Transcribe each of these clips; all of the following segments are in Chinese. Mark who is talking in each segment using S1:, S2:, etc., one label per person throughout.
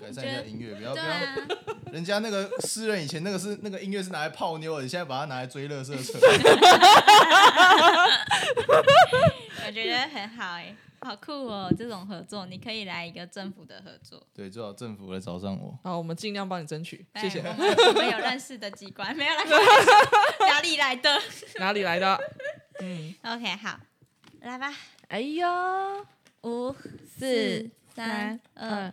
S1: 改善一下音乐，不要不
S2: 对
S1: 要，
S2: 啊，
S1: 人家那个诗人以前那个是那个音乐是拿来泡妞的，你现在把它拿来追乐色 车，
S2: 我觉得很好哎、好酷哦！这种合作，你可以来一个政府的合作。
S1: 对，最好政府来找上 我。
S3: 好，我们尽量帮你争取，谢
S2: 哎
S3: 谢。
S2: 我们我们有认识的机关，没有啦，哪里来的
S3: 哪里来 的？嗯，
S2: ？OK，好，来吧，
S3: 哎呦，
S2: 五、
S3: 四
S2: 四、三、二，，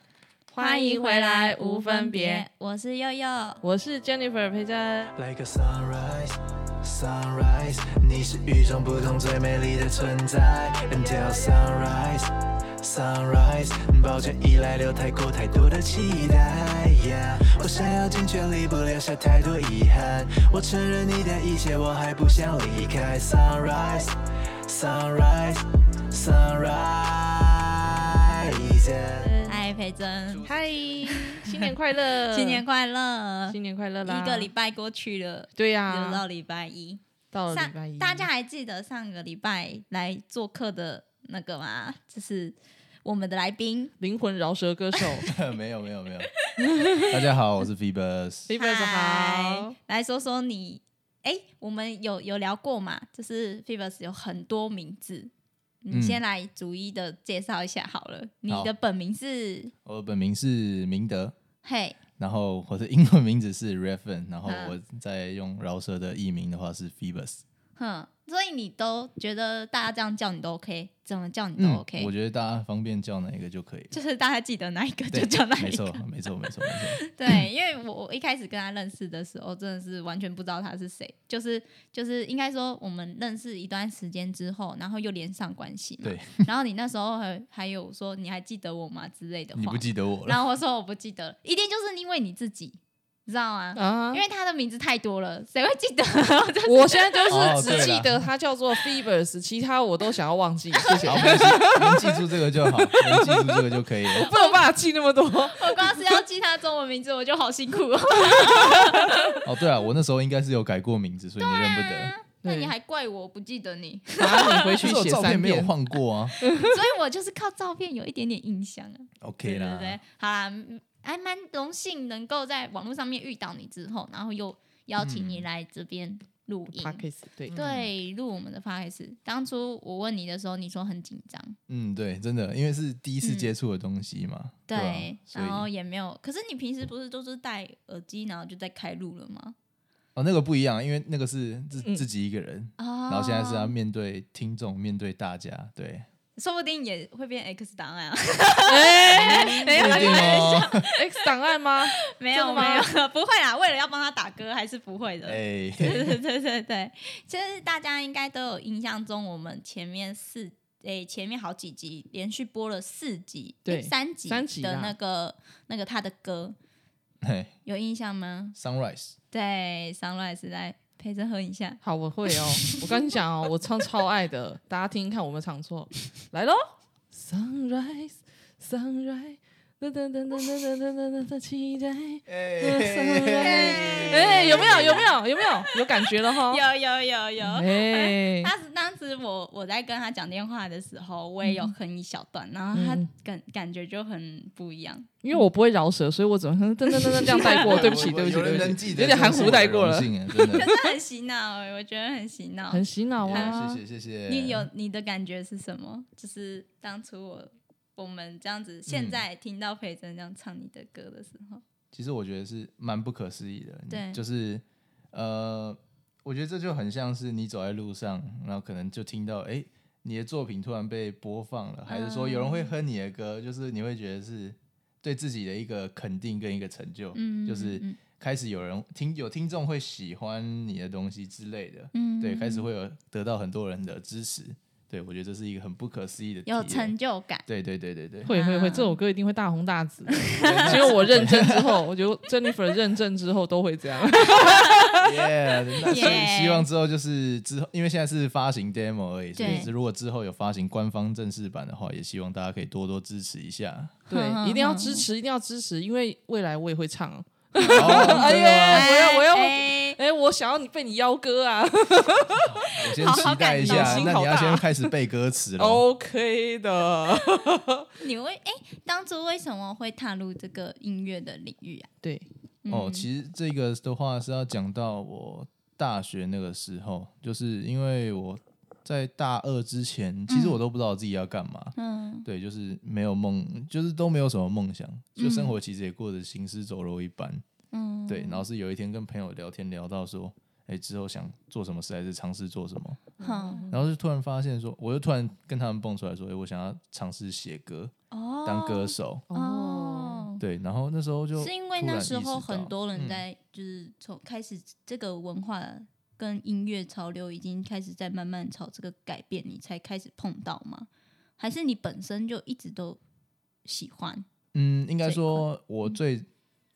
S3: 欢迎回来，无分别。，
S2: 我是佑佑，
S3: 我是 Jennifer 裴珍，
S4: Like a sunrise, sunrise，你是与众不同最美丽的存在。Until sunrise, sunrise，抱歉依赖留太过太多的期待。Yeah，我想要尽全力不留下太多遗憾。我承认你的一切，我还不想离开。Sunrise, sunrise, sunrise。
S2: 嗨，培珍，
S3: 嗨，新年快乐！
S2: 新年快乐！
S3: 新年快乐啦！
S2: 一个礼拜过去了，
S3: 对呀、
S2: 留到礼拜一。
S3: 到了礼拜一，
S2: 上大家还记得上个礼拜来做客的那个吗？就是我们的来宾，
S3: 灵魂饶舌歌手
S1: 没有没有没有，大家好，我是 Phoebus，
S3: ，Fever 好
S2: 嗨，，来说说你。哎、我们有有聊过嘛？就是 Fibers 有很多名字，你
S1: 嗯
S2: 先来逐一的介绍一下好了。你的本名是
S1: 我本名是明德，
S2: 嘿，
S1: 然后我的英文名字是 Raven，然后
S2: 嗯
S1: 我再用饶舌的艺名的话是 Phoebus，
S2: 哦哼，所以你都觉得大家这样叫你都 OK，怎么叫你都
S1: 嗯
S2: OK，、
S1: 我觉得大家方便叫哪一个就可以了。
S2: 就是大家记得哪一个
S1: 对
S2: 就叫哪
S1: 没
S2: 一
S1: 错
S2: 个。，
S1: 没错，没错，没错。
S2: 对，因为我我一开始跟他认识的时候，真的是完全不知道他是谁，就是就是应该说我们认识一段时间之后，然后又连上关系嘛。
S1: 对，
S2: 然后你那时候还还有说你还记得我吗之类的
S1: 你
S2: 话
S1: 不，记得我了，
S2: 然后我说我不记得了，一定就是因为你自己，你知道吗？
S3: 啊
S2: 因。为他的名字太多了，谁会记得？ 就是
S3: 我现在就
S1: 哦
S3: 是
S1: 对
S3: 只
S1: 啦
S3: 记得他 叫做 Fevers，其他我都想要忘记，谢谢
S1: 好，。没关系能记住这个就好，能记住这个就可以了。
S3: 没有办法记那么 多，
S2: 我光是要记他中文名字，我就好辛苦哦。
S1: 哦，对啊，我那时候应该是有改过名字，所以你认不得。啊
S2: 那
S3: 对
S2: 你还怪我不记得你，
S3: 把你
S2: 啊
S3: 回去
S1: 其实我
S3: 写
S1: 照片
S3: 三
S1: 没有
S3: 遍。
S1: 换过啊。
S2: 所以我就是靠照片有一点点印象啊。
S1: OK
S2: 对对
S1: 啦，
S2: 对，好啦，嗯还蛮荣幸能够在网络上面遇到你之后，然后又邀请你
S1: 嗯
S2: 来这边录音，
S3: Pockets，对，
S2: 对，录我们的 p o d c a s 当初我问你的时候，你说很紧张，
S1: 嗯，对，真的，因为是第一次接触的东西嘛，对啊，所以
S2: 嗯然后也没有，可是你平时不是都是戴耳机，然后就在开录了吗？
S1: 哦，那个不一样，因为那个是自
S3: 嗯
S1: 自己一个人，
S2: 啊
S1: 然后现在是要面对听众，面对大家，对，
S2: 说不定也会变 X 档案啊，
S3: 哎
S2: 没有
S1: 不
S2: 啦
S1: 一定哦。
S3: ，X 档案吗？
S2: 没有
S3: 真的吗
S2: 没有，不会啦，为了要帮他打歌，还是不会的。
S1: 哎，
S2: 对对对对对，其实大家应该都有印象中，我们前面四诶、前面好几集连续播了四集，
S3: 对
S2: 诶三集
S3: 三集
S2: 的
S3: 啦
S2: 那个那个他的歌
S1: 嘿
S2: 有印象吗？
S1: 哎，Sunrise，
S2: 对，Sunrise 来陪着哼一下，
S3: 好，我会哦。我跟你讲哦，我唱超爱的，大家听看我们唱错。来喽，Sunrise Sunrise，噔噔噔噔噔噔噔噔噔，期待。
S1: 哎
S3: 哎，有没有？有没有？有没有？有感觉了哈。
S2: 有有有有。
S3: 哎，
S2: 当时当时我我在跟他讲电话的时候，我也有哼一小段，然后他
S3: 嗯
S2: 感感觉就很不一样。
S3: 因为我不会饶舌，所以我只能噔噔噔噔这样带过。对不起，
S1: 我
S3: 对不 起，
S1: 有人
S3: 对
S1: 能
S3: 不起，
S1: 记得，
S3: 有点含
S1: 真是
S3: 糊
S1: 我
S3: 带
S1: 的
S3: 过
S1: 荣
S3: 了，
S1: 幸哎真
S2: 可
S1: 的。
S2: 是很洗脑、欸，我觉得很洗脑，
S3: 很洗脑
S1: 哎
S3: 啊。
S1: 谢谢谢谢，
S2: 你有你的感觉是什么？就是当初我我们这样子，
S1: 嗯
S2: 现在听到培珍这样唱你的歌的时候，
S1: 其实我觉得是蛮不可思议的。
S2: 对
S1: 就是呃，我觉得这就很像是你走在路上，然后可能就听到哎、诶你的作品突然被播放了，还是说有人会哼你的歌，就是你会觉得是对自己的一个肯定跟一个成就，
S2: 嗯，
S1: 就是
S2: 嗯
S1: 开始有人听有听众会喜欢你的东西之类的，
S2: 嗯
S1: 对，开始会有得到很多人的支持。对，我觉得这是一个很不可思议的体
S2: 有
S1: 验。
S2: 成就 感。
S1: 对对对对对，
S3: 会会会，
S2: 啊
S3: 这首歌一定会大红大紫。 只有我认证之后，我觉得 Jennifer 认证之后都会这样。
S1: 耶！那所以
S2: Yeah
S1: 希望之后就是之后，因为现在是发行 demo 而已，所
S2: 对
S1: 以如果之后有发行官方正式版的话，也希望大家可以多多支持一 下。
S3: 对，一定要支持，一定要支持，因为未来我也会唱。
S1: 哦真的吗
S3: 哎呀我要我要
S2: 哎
S3: 哎、哎、我想要你被你邀歌啊
S1: 我先
S2: 好好
S1: 期待
S2: 感
S1: 一
S3: 动
S1: 下，
S3: 心
S1: 那
S3: 好
S1: 你要
S3: 大哦
S1: 先开始背歌词了。
S3: ，OK 的。
S2: 你为哎、当初为什么会踏入这个音乐的领域啊？
S3: 对，
S2: 嗯、
S1: 哦，其实这个的话是要讲到我大学那个时候，就是因为我在大二之前，
S3: 嗯
S1: 其实我都不知道我自己要干嘛。
S2: 嗯，
S1: 对，就是没有梦，就是都没有什么梦想，就生活其实也过得行尸走肉一般。
S2: 嗯，
S1: 对，然后是有一天跟朋友聊天聊到说，哎，之后想做什么事还是尝试做什么，
S2: 好
S1: 然后就突然发现说，我就突然跟他们蹦出来说，哎，我想要尝试写歌，
S2: 哦，
S1: 当歌手。
S3: 哦，
S2: 哦，
S1: 对，然后那时候就是
S2: 因为
S1: 突
S2: 那
S1: 然
S2: 时
S1: 意识
S2: 候很
S1: 到
S2: 多人
S1: 嗯
S2: 在就是从开始这个文化跟音乐潮流已经开始在慢慢朝这个改变，你才开始碰到吗？还是你本身就一直都喜欢？
S1: 嗯，应该
S2: 这一块
S1: 说，我最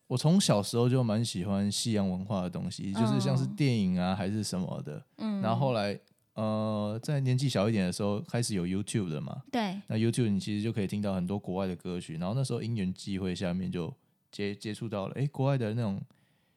S1: 我从小时候就蛮喜欢西洋文化的东西，就是像是
S2: 嗯
S1: 电影啊还是什么的。
S2: 嗯，
S1: 然后后来呃，在年纪小一点的时候，开始有 YouTube 了嘛，
S2: 对，
S1: 那 YouTube 你其实就可以听到很多国外的歌曲。然后那时候因缘际会下面就接接触到了，诶，国外的那种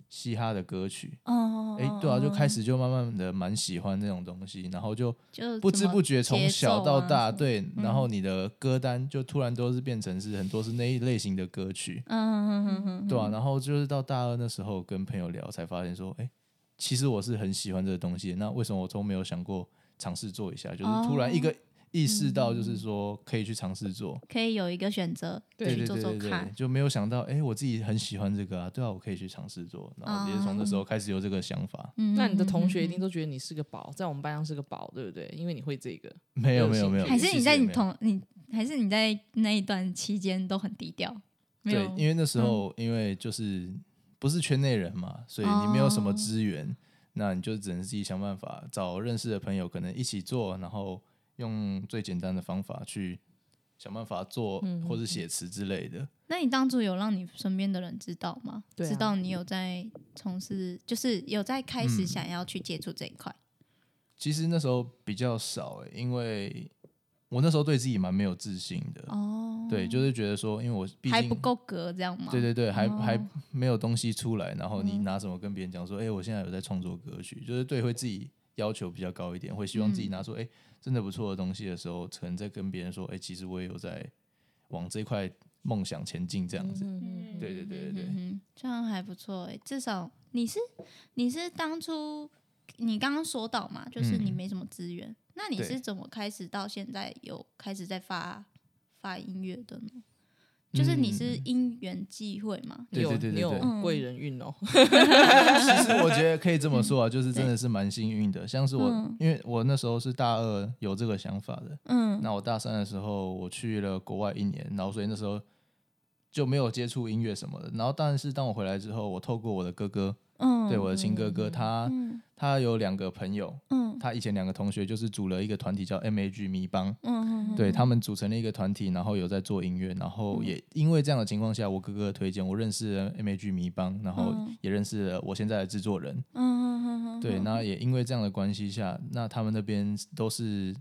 S1: 嘻哈的歌曲。
S2: 哦，
S1: 诶，对啊，就开
S2: 始
S1: 始就慢慢的蛮喜欢这种东西，然后就
S2: 就
S1: 不
S2: 怎
S1: 知
S2: 么
S1: 不觉从
S2: 节
S1: 小到
S2: 奏啊
S1: 大，
S2: 什么，
S1: 对，然后你的歌单就突然都是变成是很多是那一类型的歌曲，
S2: 嗯嗯嗯嗯，
S1: 对啊，然后就是到大二那时候跟朋友聊，才发现说，哎、其实我是很喜欢这个东西的，那为什么我都没有想过尝试做一下？就是突然一
S2: 哦
S1: 个意识
S2: 嗯
S1: 到，就是说可以去尝试做，
S2: 可以有一个选择
S3: 对
S2: 去
S1: 对
S2: 做
S1: 对
S2: 做
S1: 对对
S2: 看，，
S1: 就没有想到，哎、我自己很喜欢这个啊，对啊，我可以去尝试做，然后也是从这时
S2: 哦
S1: 候开始有这个想法。
S2: 嗯，
S3: 那你的同学一
S2: 嗯
S3: 定都觉得你是个宝，在我们班上是个宝，对不对？因为你会这个，
S1: 没有
S3: 有
S1: 没有
S3: 兴
S1: 没有，
S3: 趣
S2: 还
S1: 其
S2: 是你
S1: 实
S2: 在
S1: 也
S2: 你
S1: 没有
S2: 同你还是你在那一段期间都很低调，没
S1: 对
S2: 有，嗯
S1: 因为那时候因为就是不是圈内人嘛，所以你没有什
S2: 哦
S1: 么资源，那你就只能自己想办法找认识的朋友，可能一起做，然后用最简单的方法去想办法做，
S2: 嗯
S1: 或者写词之类的。
S2: 那你当初有让你身边的人知道吗？
S3: 对啊
S2: 知道你有在从事，就是有在开始
S1: 嗯
S2: 想要去接触这一块。
S1: 其实那时候比较少、欸，因为我那时候对自己蛮没有自信的，
S2: 哦，
S1: 对，就是觉得说，因为我毕
S2: 还不
S1: 竟。
S2: 够格这样吗？
S1: 对对对，还、
S2: 哦嗯
S1: 还没有东西出来，然后你拿什么跟别人讲说，哎、我现在有在创作歌曲，就是对会自己要求比较高一点，会希望自
S2: 嗯
S1: 己拿出哎、真的不错的东西的时候，可能在跟别人说，哎、其实我也有在往这块梦想前进这样子。
S3: 嗯，
S1: 对对对对对，
S2: 嗯，这样还不错哎、至少你是你是当初你刚刚说到嘛，就是你
S1: 嗯
S2: 没什么资源，那你
S1: 对
S2: 是怎么开始到现在有开始在发发音乐的呢？就是你是
S1: 嗯
S2: 因缘际会嘛？
S3: 你
S1: 对
S3: 有
S1: 对对
S3: 你
S1: 对对
S3: 有贵人运哦，
S1: 其实我觉得可以这么说啊，就是真的是蛮幸运的。像是我，
S2: 嗯
S1: 因为我那时候是大二有这个想法的，
S2: 嗯，
S1: 那我大三的时候，我去了国外一年，然后所以那时候就没有接触音乐什么的。然后，但是当我回来之后，我透过我的哥哥，
S2: 嗯，
S1: 对我的亲哥哥，他
S2: 嗯
S1: 他有两个朋友，
S2: 嗯
S1: 他以前两个同学就是组了一个团体叫 M A G 迷帮，
S2: 嗯，嗯嗯
S1: 对他们组成了一个团体，然后有在做音乐，然后也因为这样的情况下，我哥哥的推荐，我认识了 M A G 迷帮，然后
S2: 嗯
S1: 也认识了我现在的制作人，
S2: 嗯嗯嗯嗯，
S1: 对，
S2: 嗯
S1: 那也因为这样的关系下，那他们那边都是，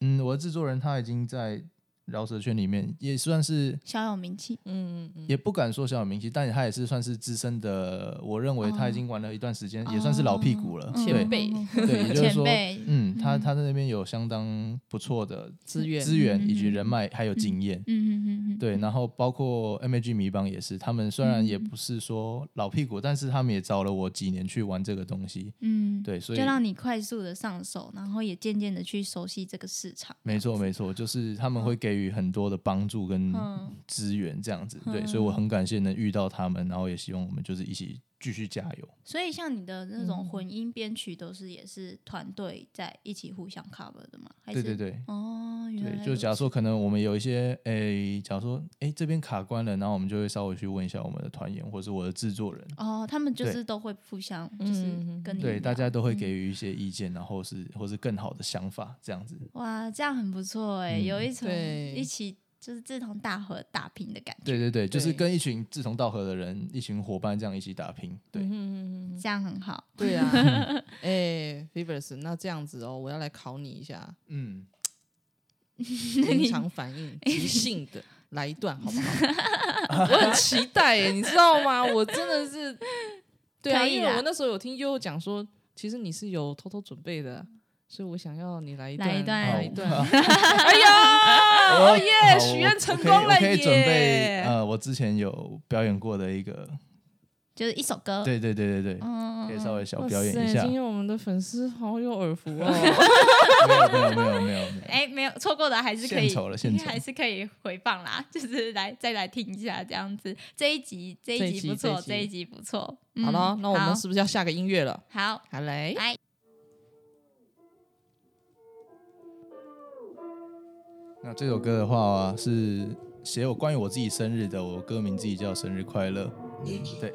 S1: 嗯，我的制作人他已经在饶舌圈里面也算是，
S2: 小有名气，
S3: 嗯嗯嗯，
S1: 也不敢说小有名气，但他也是算是资深的，我认为他已经玩了一段时间，也算是老屁股了，
S2: 嗯
S1: 对
S3: 前辈
S2: 嗯
S1: 对，也就是
S2: 前
S1: 说
S2: 辈，
S1: 嗯，他他在那边有相当不错的
S3: 资源
S1: 资源以及人脉还有经验。
S2: 嗯嗯嗯 嗯，
S1: 对，然后包括 M A G 迷帮也是，他们虽然也不是说老屁股，但是他们也找了我几年去玩这个东西。
S2: 嗯，
S1: 对，所以
S2: 就让你快速的上手，然后也渐渐的去熟悉这个市场。
S1: 没错，没错，就是他们会给予很多的帮助跟
S2: 嗯
S1: 资源，这样子。
S2: 嗯
S1: 对，所以我很感谢能遇到他们，然后也希望我们就是一起继续加油。
S2: 所以像你的那
S3: 嗯
S2: 种混音编曲都是也是团队在一起互相 cover 的吗？还
S1: 对
S2: 是
S1: 对对。
S2: 哦，原
S1: 对，
S2: 来
S1: 就
S2: 如
S1: 假如
S2: 此
S1: 说可能我们有一些，诶、假如说，诶、这边卡关了，然后我们就会稍微去问一下我们的团员或者是我的制作人，
S2: 哦，他们就
S1: 对
S2: 是都会互相就是
S3: 嗯嗯
S2: 跟你
S1: 对，大
S2: 聊
S1: 家都会给予一些意见，然后是或是更好的想法，这样子。
S2: 哇，这样很不错哎，
S1: 嗯
S2: 有一层
S3: 对
S2: 一起就是志同道合打拼的感觉，
S1: 对对对，就是
S3: 对
S1: 跟一群志同道合的人，一群伙伴这样一起打拼。对，
S3: 嗯嗯嗯嗯，
S2: 这样很好。
S3: 对啊， 哎 f i v e r s 那这样子哦，我要来考你一下，
S1: 嗯，
S3: 临场反 应，即兴的来一段好不好？我很期待耶，你知道吗？我真的是对啊，
S2: 可以
S3: 因为
S2: 啦
S3: 我那时候有听悠悠讲说，其实你是有偷偷准备的，啊所以我想要你来一段，
S2: 来一段
S3: 来一
S1: 好
S3: 段。哎呀，
S1: 我
S3: 哦耶，
S1: 好
S3: 许愿成功
S1: 我
S3: 了
S1: 可以我可以准备
S3: 耶！
S1: 呃，我之前有表演过的一个，
S2: 就是一首歌。
S1: 对对对对对，
S2: 嗯，嗯，
S1: 可以
S2: 嗯
S1: 稍微小
S3: 哇
S1: 表演一
S3: 塞
S1: 下。
S3: 今
S1: 没
S3: 天我们的粉丝好有耳福 哦。
S1: 有没有没有没有 没有，
S2: 哎，没有错过的还是可以，
S1: 献丑了献
S2: 应
S1: 丑
S2: 该还是可以回放啦，就是来再来听一下这样子。这一集这
S3: 这
S2: 一
S3: 一
S2: 集
S3: 集
S2: 不错，
S3: 这
S2: 这
S3: 一
S2: 一集不错。嗯
S3: 好了，那我
S2: 好
S3: 们是不是要下个音乐了？
S2: 好
S3: 好嘞，
S2: 来。
S1: 那这首歌的话、啊是写有关于我自己生日的，我歌名自己叫《生日快乐》。嗯对，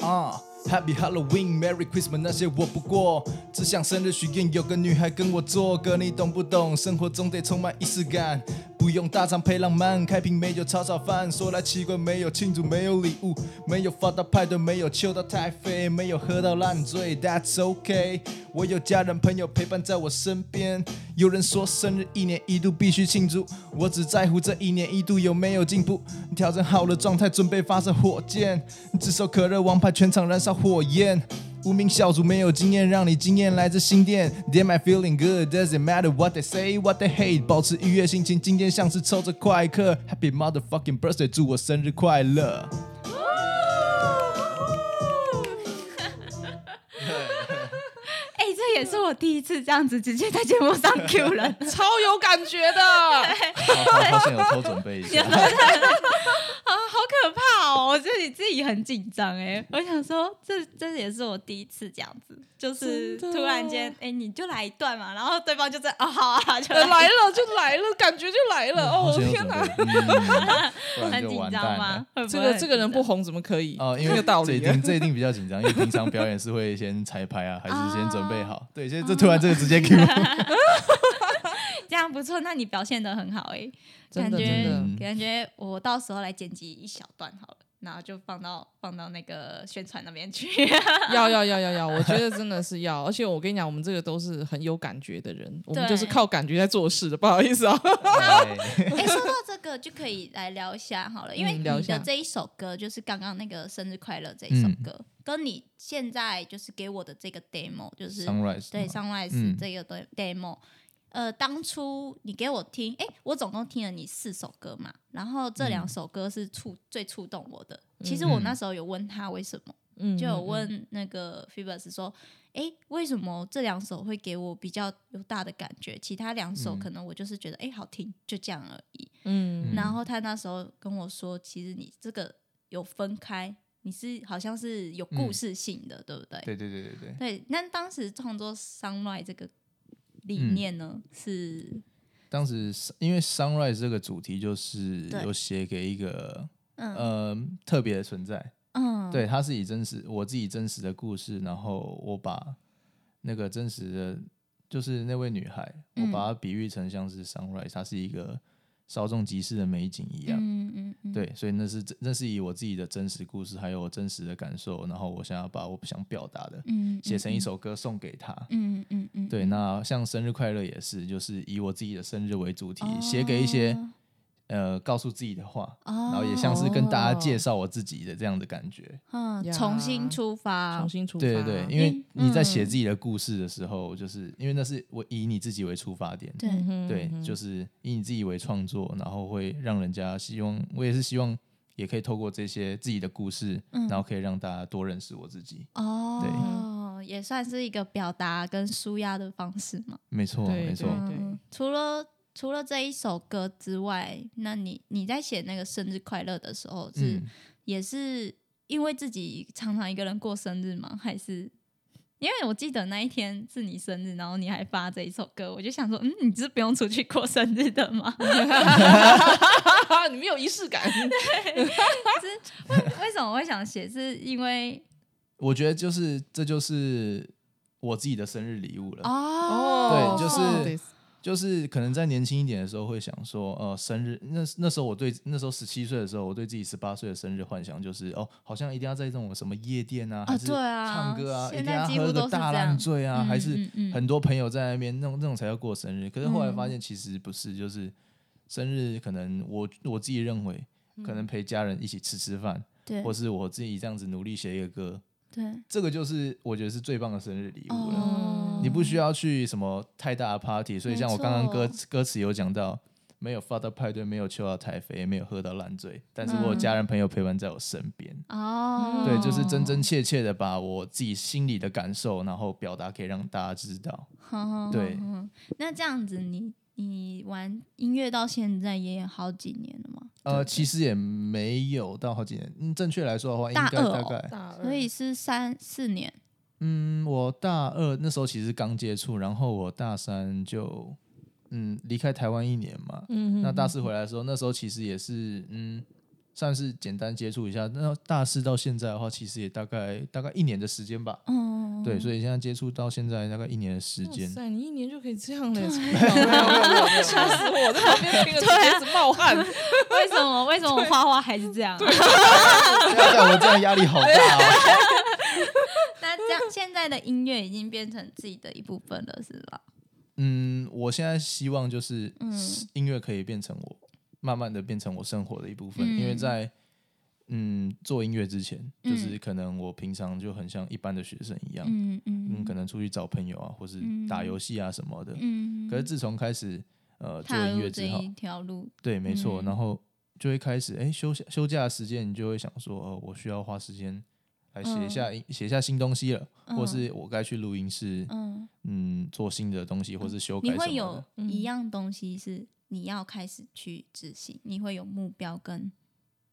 S1: 啊、h a p p y Halloween, Merry Christmas，那些我不过，只想生日许愿有个女孩跟我做个，你懂不懂？生活中得充满仪式感，不用大餐配浪漫，开瓶美酒炒炒饭。说来奇怪，没有庆祝，没有礼物，没有发到派对，没有秋到太肥，没有喝到烂醉，That's OK。我有家人朋友陪伴在我身边，有人说生日一年一度必须庆祝，我只在乎这一年一度有没有进步。调整好了状态，准备发射火箭，炙手可热王牌全场燃烧火焰。无名小卒没有经验，让你经验来自新店。Damn, I feeling good. Doesn't matter what they say, what they hate. 保持愉悦心情，今天像是抽着快克。Happy motherfucking birthday，祝我生日快乐。
S2: 哎、这也是我第一次这样子直接在节目上 Q 人，啊
S3: 超有感觉 的。
S1: 好好想有偷准备一下。
S2: 啊，好可怕哦！我自己自己很紧张哎，我想说这这也是我第一次这样子，就是
S3: 真的哦
S2: 突然间哎、你就来一段嘛，然后对方就在哦好啊，就
S3: 呃
S2: 来
S3: 来了就来了，感觉就来了。
S1: 好
S3: 哦，
S1: 想有
S3: 天
S1: 准
S3: 哪！
S1: 备，嗯不然
S2: 很
S1: 就
S2: 紧
S1: 完
S2: 张
S1: 蛋
S2: 吗
S1: 了。？
S2: 会不
S3: 这
S2: 会
S3: 个
S2: 很
S3: 这个人
S2: 紧
S3: 不
S2: 张
S3: 红怎么可以？
S1: 哦，因
S3: 这
S1: 为
S3: 个道
S1: 这
S3: 理啊
S1: 一定这一定比较紧张，因为平常表演是会先彩排啊，还是先准备好。对，现在这突然这个直接 Q，
S2: 这样不错，那你表现的很好哎、
S3: 真
S2: 感
S3: 的真
S2: 觉
S3: 的。
S1: 嗯
S2: 感觉我到时候来剪辑一小段好了，然后就放到放到那个宣传那边 去。
S3: 要要要要要，我觉得真的是要，而且我跟你讲，我们这个都是很有感觉的人，我们
S2: 对
S3: 就是靠感觉在做事的，不好意思 啊。
S1: 对
S2: 哎、说到这个就可以来聊一下好了，因为
S3: 嗯
S2: 你
S3: 聊一下
S2: 的这一首歌就是刚刚那个生日快乐这一首
S1: 嗯
S2: 歌，跟你现在就是给我的这个 demo，就是
S1: ，Sunrise
S2: 对
S1: 嘛
S2: sunrise
S1: 嗯
S2: 这个的 demo，、呃，当初你给我听，哎、我总共听了你四首歌嘛，然后这两首歌是触、最触动我的。其实我
S1: 嗯
S2: 那时候有问他为什么，
S3: 嗯，
S2: 就有
S3: 嗯嗯
S2: 问那个 Phoebus 说，哎、为什么这两首会给我比较有大的感觉？其他两首
S1: 嗯
S2: 可能我就是觉得，哎、好听，就这样而已。
S3: 嗯，
S2: 然后他那时候跟我说，其实你这个有分开，你是好像是有故
S1: 嗯
S2: 事性的，对不对？
S1: 对对对对对。
S2: 对，那当时创作 Sunrise 这个理
S1: 嗯
S2: 念呢，是
S1: 当时因为 sunrise 这个主题就是
S2: 对
S1: 有写给一个
S2: 嗯
S1: 呃特别的存在，
S2: 嗯，
S1: 对，它是以真实我自己真实的故事，然后我把那个真实的，就是那位女孩，我
S2: 嗯
S1: 把它比喻成像是 sunrise，它是一个稍纵即逝的美景一样。
S2: 嗯嗯嗯，
S1: 对，所以那是真那是以我自己的真实故事，还有我真实的感受，然后我想要把我想表达的
S2: 嗯，嗯
S1: 写成一，首歌送给她。
S2: 嗯嗯嗯嗯，
S1: 对，
S2: 嗯
S1: 那像生日快乐也是，就是以我自己的生日为主题，写、给一
S2: 哦
S1: 些呃告诉自己的话，
S2: 哦，
S1: 然后也像是跟大家介绍我自己的这样的感觉。
S2: 嗯
S3: 呀
S2: 重新出发，
S3: 重新出发，
S1: 对对对，因为
S2: 因
S1: 你在写
S2: 嗯
S1: 自己的故事的时候，就是因为那是我以你自己为出发点，
S2: 对，
S3: 嗯
S1: 对，就是以你自己为创作，然后会让人家希望，我也是希望也可以透过这些自己的故事，
S2: 嗯
S1: 然后可以让大家多认识我自己。
S2: 哦，也算是一个表达跟舒压的方式嘛。
S1: 没错，
S3: 对
S1: 没错。
S3: 对
S2: 嗯，除了除了这一首歌之外，那你你在写那个生日快乐的时候是，
S1: 嗯，
S2: 也是因为自己常常一个人过生日吗？还是因为我记得那一天是你生日，然后你还发这一首歌，我就想说，嗯，你是不用出去过生日的吗？
S3: 啊， 你们有仪式 感，
S2: 是为为什么会想写？是因为
S1: 我觉得就是这就是我自己的生日礼物了。对
S2: 哦
S1: 就是就是可能在年轻一点的时候会想说，呃，生日那那时候我对那时候十七岁的时候，我对自己十八岁的生日幻想就是，哦，好像一定要在这种什么夜店啊，还是
S2: 对啊
S1: 唱歌啊，一
S2: 现
S1: 定
S2: 在
S1: 要
S2: 几乎
S1: 喝
S2: 都
S1: 个
S2: 是
S1: 大
S2: 这
S1: 烂
S2: 样
S1: 醉啊，
S2: 嗯
S1: 还是
S2: 嗯嗯
S1: 很多朋友在那边，那种那种才叫过生日。可是后来发现其实不是，就是生日可能我我自己认为，
S2: 嗯
S1: 可能陪家人一起吃吃饭，
S2: 对
S1: 或是我自己这样子努力写一个歌，
S2: 对，
S1: 这个就是我觉得是最棒的生日礼物了。
S2: 哦
S1: 你不需要去什么太大的 party，所以
S2: 没
S1: 像我刚刚歌
S2: 错
S1: 歌词有讲到，没有发到派对，没有去到台肥，没有喝到烂醉，但是我有
S2: 嗯
S1: 家人朋友陪伴在我身边，
S2: 哦，
S1: 对，就是真真切切的把我自己心里的感受，然后表达给让大家知道。
S2: 好好
S1: 对
S2: 好好好那这样子你，你玩音乐到现在也有好几年了嘛？
S1: 呃，其实也没有到好几年，嗯，正确来说的话，应
S2: 大
S1: 该
S2: 二
S1: 大
S2: 哦
S1: 概，
S3: 大二
S2: 所以是三四年
S1: 嗯，我大二那时候其实刚接触，然后我大三就嗯离开台湾一年嘛，
S3: 嗯
S1: 那大四回来的时候，那时候其实也是嗯，算是简单接触一下。那大四到现在的话，其实也大概大概一年的时间吧。
S2: 哦，
S1: 对，所以现在接触到现在大概一年的时
S3: 哇
S1: 间。
S3: 塞，你一年就可以这样嘞， 超 屌的吓死我！在 旁边听着一直冒汗，
S2: 为什么为什么花花还是这 样？
S1: 不要像我这样压力好大哦。
S2: 那这样现在的音乐已经变成自己的一部分了，是吧？
S1: 嗯，我现在希望就是
S2: 嗯
S1: 音乐可以变成我慢慢的变成我生活的一部分，因为
S2: 嗯
S1: 在嗯做音乐之前，就是
S2: 嗯
S1: 可能我平常就很像一般的学生一样，
S2: 嗯
S1: 嗯，
S2: 嗯
S1: 可能出去找朋友啊，或是打
S2: 嗯
S1: 游戏啊什么的。
S2: 嗯，
S1: 可是自从开始呃做
S2: 踏
S1: 音
S2: 入
S1: 乐
S2: 这
S1: 之后
S2: 一，条路，
S1: 对，没错，
S2: 嗯
S1: 然后就会开始哎、诶休假休假的时间，你就会想说，呃，我需要花时间来写一下音写、一下新东西了，
S2: 嗯
S1: 或是我该去录音室，
S2: 嗯，
S1: 嗯，做新的东西，或是修改
S2: 你
S1: 什么的。
S2: 会有
S3: 嗯
S2: 一样东西是你要开始去执行，你会有目标跟。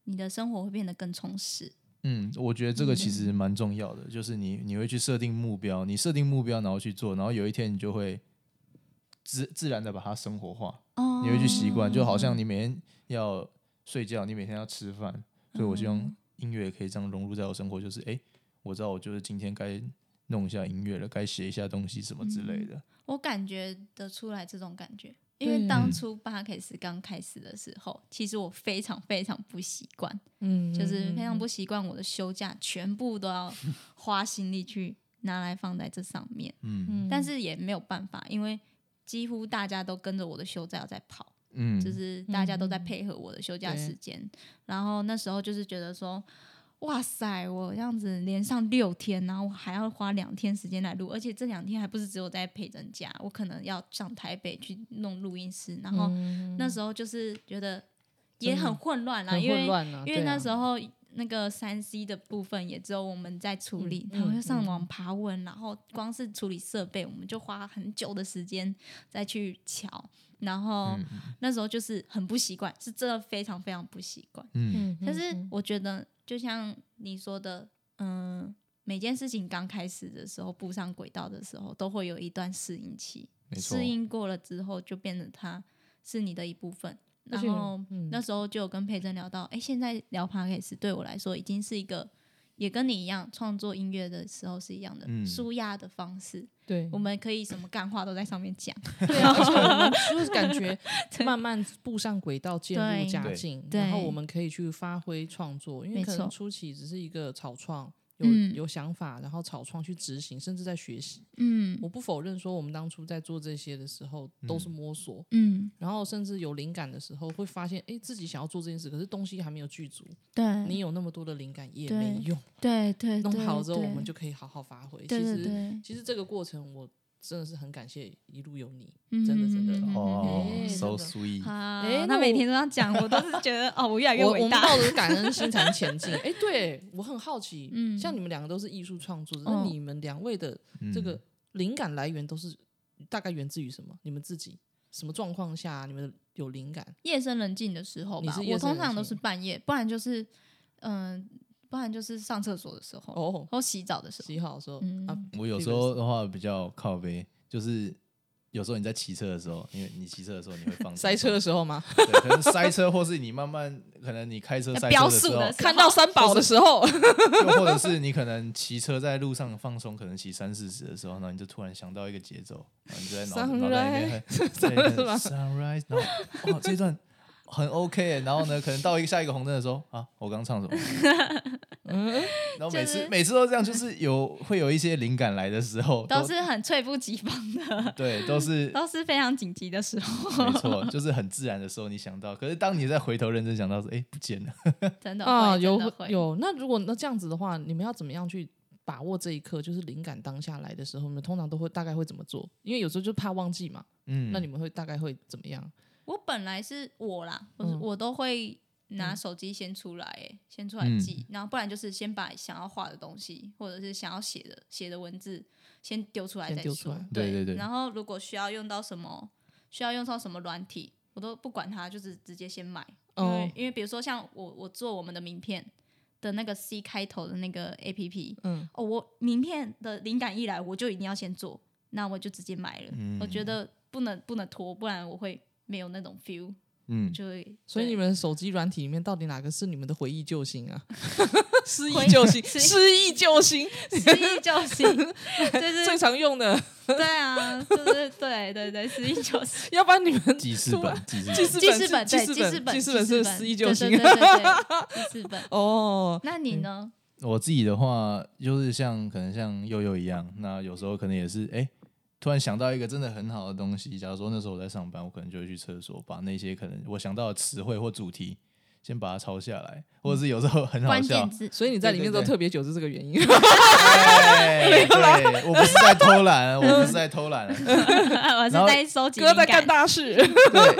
S2: 你的生活会变得更充实，
S1: 嗯，我觉得这个其实蛮重要的，就是你你会去设定目标，你设定目标，然后去做，然后有一天你就会自自然的把它生活化，
S2: 哦
S1: 你会去习惯，就好像你每天要睡觉，你每天要吃饭，所以我希望音乐也可以这样融入在我生活，就是哎、诶我知道我就是今天该弄一下音乐了，该写一下东西什么之类的。
S2: 我感觉得出来这种感觉，
S3: 对
S2: 因为当初巴克斯刚开始的时候，其实我非常非常不习惯，
S3: 嗯
S2: 就是非常不习惯我的休假全部都 要花心力去拿来放在这上面，
S1: 嗯
S2: 但是也没有办法，因为几乎大家都跟着我的休假在跑，
S1: 嗯，
S2: 就是大家都在
S3: 嗯
S2: 配合我的休假
S3: 对
S2: 时间。然后那时候就是觉得说，哇塞，我这样子连上六天，然后我还要花两天时间来录，而且这两天还不是只有在陪人家，我可能要上台北去弄录音室。然
S3: 嗯
S2: 后哦那时候就是觉得也很混乱啦，
S3: 很
S2: 因
S3: 混
S2: 为、
S3: 乱啊，
S2: 因为那时
S3: 候
S2: 候。那个三 C 的部分也只有我们在处理，
S3: 嗯
S2: 然后又上
S3: 嗯
S2: 网爬文，然后光是处理设备，我们就花很久的时间再去瞧，然后
S1: 嗯
S2: 那时候就是很不习惯，是真的非常非常不习惯。
S1: 嗯
S3: 嗯，
S2: 但是我觉得，就像你说的，嗯、每件事情刚开始的时候，步上轨道的时候，都会有一段适应期。
S1: 没错
S2: 适应过了之后，就变得它是你的一部分。
S3: 而
S2: 然
S3: 且
S2: 后
S3: 嗯
S2: 那时候就有跟佩珍聊到，哎、现在聊 p o d c a s 对我来说已经是一个，也跟你一样，创作音乐的时候是一样的
S1: 嗯
S2: 舒压的方式。
S3: 对
S2: 我们可以什么干话都在上面讲，
S3: 对 啊，而且我们就是感觉慢慢步上轨道，渐入
S2: 对
S3: 佳
S1: 对
S3: 境，
S2: 对
S3: 然后我们可以去发挥创作，因为
S2: 没
S3: 可能
S2: 错
S3: 初期只是一个草创。有
S2: 嗯
S3: 有想法，然后草创去执行，甚至在学习。
S2: 嗯
S3: 我不否认说，我们当初在做这些的时候都是摸索，
S2: 嗯，
S3: 然后甚至有灵感的时候，会发现，哎，自己想要做这件事，可是东西还没有具足，
S2: 对，
S3: 你有那么多的灵感也
S2: 对
S3: 没用。
S2: 对嗯对，
S3: 弄
S2: 对
S3: 好之后，我
S2: 对
S3: 们就可以好好发挥。
S2: 对对
S3: 其实，
S2: 对，
S3: 其实这个过程，我真的是很感谢一路有你，
S2: 嗯
S3: 真的真的。
S2: 嗯
S1: 哦、
S3: 哎
S1: s o
S3: 真的
S1: sweet，
S2: 啊，
S3: 诶那
S2: 他每
S3: 我
S2: 天都要讲，我都是觉得哦，我越来越
S3: 我我
S2: 伟
S3: 们
S2: 大
S3: 抱。着感 恩心才能前进。哎，对我很好奇，
S2: 嗯
S3: 像你们两个都是艺术创作者，
S2: 哦
S3: 那你们两位的
S1: 嗯
S3: 这个灵感来源都是大概源自于什么？你们自己什么状况下你们有灵感？
S2: 夜深人静的时候
S3: 你
S2: 吧
S3: 是，夜
S2: 我
S3: 深
S2: 通
S3: 人
S2: 常都
S3: 静
S2: 是半夜，不然就是嗯、不然就是上厕所的时候，
S3: 哦
S2: 或洗澡的时候。
S3: 洗好的时候
S2: 嗯
S3: 啊，
S1: 我有时候的话比较靠背，就是有时候你在骑车的时候，因为你骑车的时候你会放
S3: 塞车的时候吗？
S1: 候，对，可能塞车，或是你慢慢，可能你开车塞车
S2: 飙
S1: 的时
S2: 速
S1: 候
S2: 的，时候
S3: 看到三宝的时候，
S1: 又或者是你可能骑车在路上放松，可能骑三四十的时候，然后你就突然想到一个节奏，然后你就在脑
S3: Sunrise
S1: 脑袋里面 sunrise，然后哇这段很 OK，耶然后呢，可能到一个下一个红灯的时候啊，我刚唱什么？
S3: 嗯，
S1: 然后每次、
S2: 就是
S1: 每次都这样，就是有会有一些灵感来的时候，
S2: 都是很 猝不及防的，
S1: 对，都是
S2: 都是非常紧急的时候，
S1: 没错，就是很自然的时候你想到，可是当你再回头认真想到说，哎、不见了，
S2: 真的
S3: 啊，
S2: 会
S3: 有
S2: 真的会
S3: 有。那如果那这样子的话，你们要怎么样去把握这一刻？就是灵感当下来的时候，你们通常都会大概会怎么做？因为有时候就怕忘记嘛。
S1: 嗯，
S3: 那你们会大概会怎么样？
S2: 我本来是我啦，我、
S3: 嗯
S2: 我都会拿手机先出来、欸，先出来
S1: 嗯
S2: 记，然后不然就是先把想要画的东西，或者是想要写的写的文字先丢出来
S3: 先
S2: 再
S3: 丢出
S2: 说
S3: 来。
S1: 对对对
S2: 然后如果需要用到什么，需要用到什么软体，我都不管它，就是直接先买。因为、
S3: 哦
S2: 因为比如说像我我做我们的名片的那个 C 开头的那个 APP，
S3: 嗯，
S2: 哦，我名片的灵感一来，我就一定要先做，那我就直接买了。
S1: 嗯
S2: 我觉得不能不能拖，不然我会没有那种 feel，
S1: 嗯，
S2: 就会。
S3: 所以
S2: 对
S3: 你们手机软体里面到底哪个是你们的回忆救星 啊？失
S2: 回
S3: 忆
S2: 忆
S3: 救星，
S2: 失忆
S3: 失忆救星，
S2: 失忆救星， 就是
S3: 最常用的，
S2: 对啊，就是对对对，失忆救星。
S3: 要不然你们
S1: 记事本，记事
S3: 记
S1: 本，
S3: 事
S2: 记
S3: 本
S2: 事本，对，记
S3: 是记事
S2: 事
S3: 本，
S2: 本，
S3: 记事
S2: 记
S3: 本是
S2: 事本
S3: 失忆救星。
S2: 对对对对对，记事本
S3: 哦。
S2: 那你呢？
S1: 我自己的话，就是像可能像悠悠一样，那有时候可能也是哎、诶突然想到一个真的很好的东西。假如说那时候我在上班，我可能就会去厕所把那些可能我想到的词汇或主题先把它抄下来，或者是有时候很好
S2: 关
S1: 笑
S2: 键。 字
S3: 所以你在里面都
S1: 对对对
S3: 特别久是这个原因，
S1: 哎对，我不是在偷懒，啊我不是在偷懒。啊
S2: 我是
S1: 然后
S2: 在收集
S3: 哥
S2: 灵
S3: 在干
S2: 感。
S3: 大事。
S1: 对，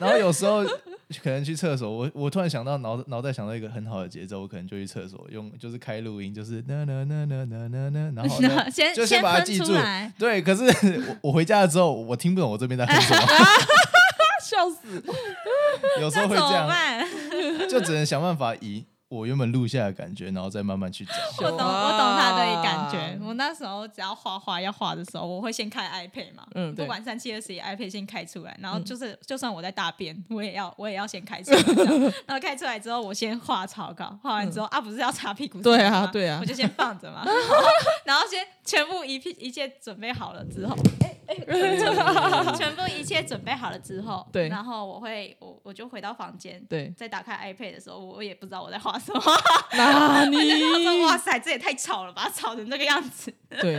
S1: 然后有时候可能去厕所，我我突然想到脑脑袋想到一个很好的节奏，我可能就去厕所用，就是开录音，就是呢呢呢呢呢呢呢，然 后呢
S2: 先
S1: 就
S2: 先
S1: 把它
S2: 分
S1: 记
S2: 出
S1: 住。
S2: 来，
S1: 对，可是我我 回家了之后，我听不懂我这边在哼什 么，
S3: 笑死！
S1: 有时
S2: 那
S1: 候
S2: 怎
S1: 会这
S2: 么
S1: 样，
S2: 办？
S1: 就只能想办法以我原本录下的感觉，然后再慢慢去找。
S2: 我懂，我懂他的感觉。我那时候只要画画要画的时候，我会先开 iPad 嘛，
S3: 嗯对
S2: 不
S3: 嗯
S2: 管三七二十一，iPad 先开出来，然后就是、就算我在大便，我也要我也要先开出来这 样，然后开出来之后，我先画草稿，画完之后、啊，不是要擦屁股什么的
S3: 嗯对啊
S2: 吗
S3: 对啊
S2: 我就先放 着嘛，然后然后先全部一屁一切准备好了之 后，哎全部一切准备好了之后，
S3: 对
S2: 然后我会我我就回到房间，
S3: 对，
S2: 再打开 iPad 的时候，我也不知道我在画什么。
S3: 那 你
S2: 他说：“哇塞，这也太吵了吧，吵成这个样子。
S3: 对，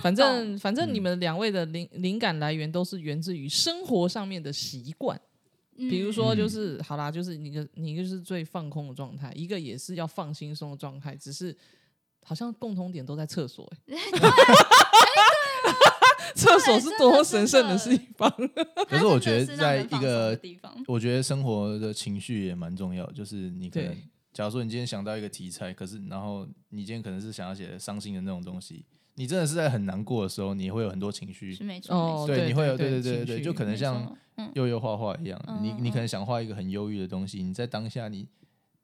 S3: 反
S2: 哦
S3: 正反
S1: 嗯
S3: 正你们两位的灵灵感来源都是源自于生活上面的习惯，
S2: 嗯
S3: 比如说就是好啦，就是你个你一个是最放空的状态，一个也是要放轻松的状态，只是好像共同点都在厕所、欸。 厕所是多神圣啊的地方，
S1: 可是我觉得在
S2: 嗯它
S1: 一
S2: 真的是让人放松的
S1: 个，
S2: 地方，
S1: 我觉得生活的情绪也蛮重要，就是你可能
S3: 对，
S1: 假如说你今天想到一个题材，可是然后你今天可能是想要写伤心的那种东西，你真的是在很难过的时候，你会有很多情绪
S2: 是。没错。
S3: 哦，
S1: 对，你会有，对
S3: 对
S1: 对
S3: 情
S1: 对，
S3: 绪
S1: 就可能
S2: 没错
S1: 像
S2: 嗯
S1: 悠悠画画一样，你
S2: 嗯
S1: 你可能想画一个很忧郁的东西，你在当下你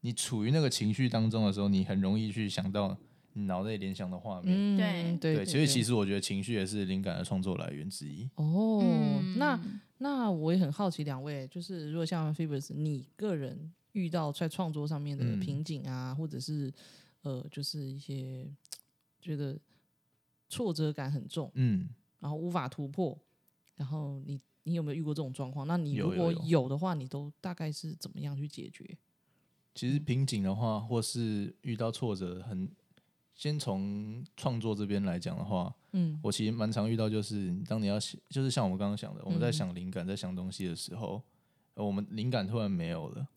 S1: 你处于那个情绪当中的时候，你很容易去想到你脑内联想的画面。
S3: 嗯
S2: 对
S3: 对，
S1: 其实其
S3: 实
S1: 实我觉得情绪也是灵感的创作来源之一。
S3: 哦，
S2: 嗯
S3: 那那我也很好奇，两位就是如果像 Fibers，你个人遇到在创作上面的
S1: 嗯
S3: 瓶颈啊，或者是呃，就是一些觉得挫折感很重，
S1: 嗯，
S3: 然后无法突破，然后你你有没有遇过这种状况？那你
S1: 有
S3: 如
S1: 有
S3: 果
S1: 有
S3: 有的话，你都大概是怎么样去解决？
S1: 其实瓶颈的话，或是遇到挫折，很先从创作这边来讲的话，
S3: 嗯
S1: 我其实蛮常遇到，就是当你要写，就是像我们刚刚讲的，我们在
S3: 嗯
S1: 想灵感、在想东西的时候，呃我们灵感突然没有了。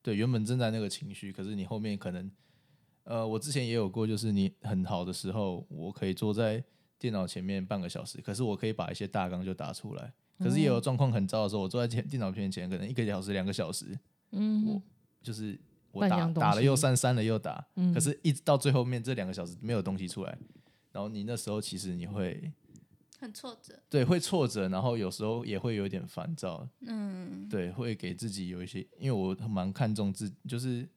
S1: 对，原本正在那个情绪，可是你后面可能，呃，我之前也有过，就是你很好的时候，我可以坐在电脑前面半个小时，可是我可以把一些大纲就打出来。可是也
S3: 嗯
S1: 有状况很糟的时候，我坐在电电脑面前，可能一个小时、两个小时，
S3: 嗯
S1: 我就是我
S3: 半
S1: 打
S3: 样东
S1: 打了
S3: 西
S1: 又删，删了又打，
S3: 嗯
S1: 可是一直到最后面这两个小时没有东西出来，然后你那时候其实你会
S2: 很挫折。
S1: 对，会挫折，然后有时候也会有点烦躁，
S2: 嗯，
S1: 对，会给自己有一些，因为我蛮看重自，就是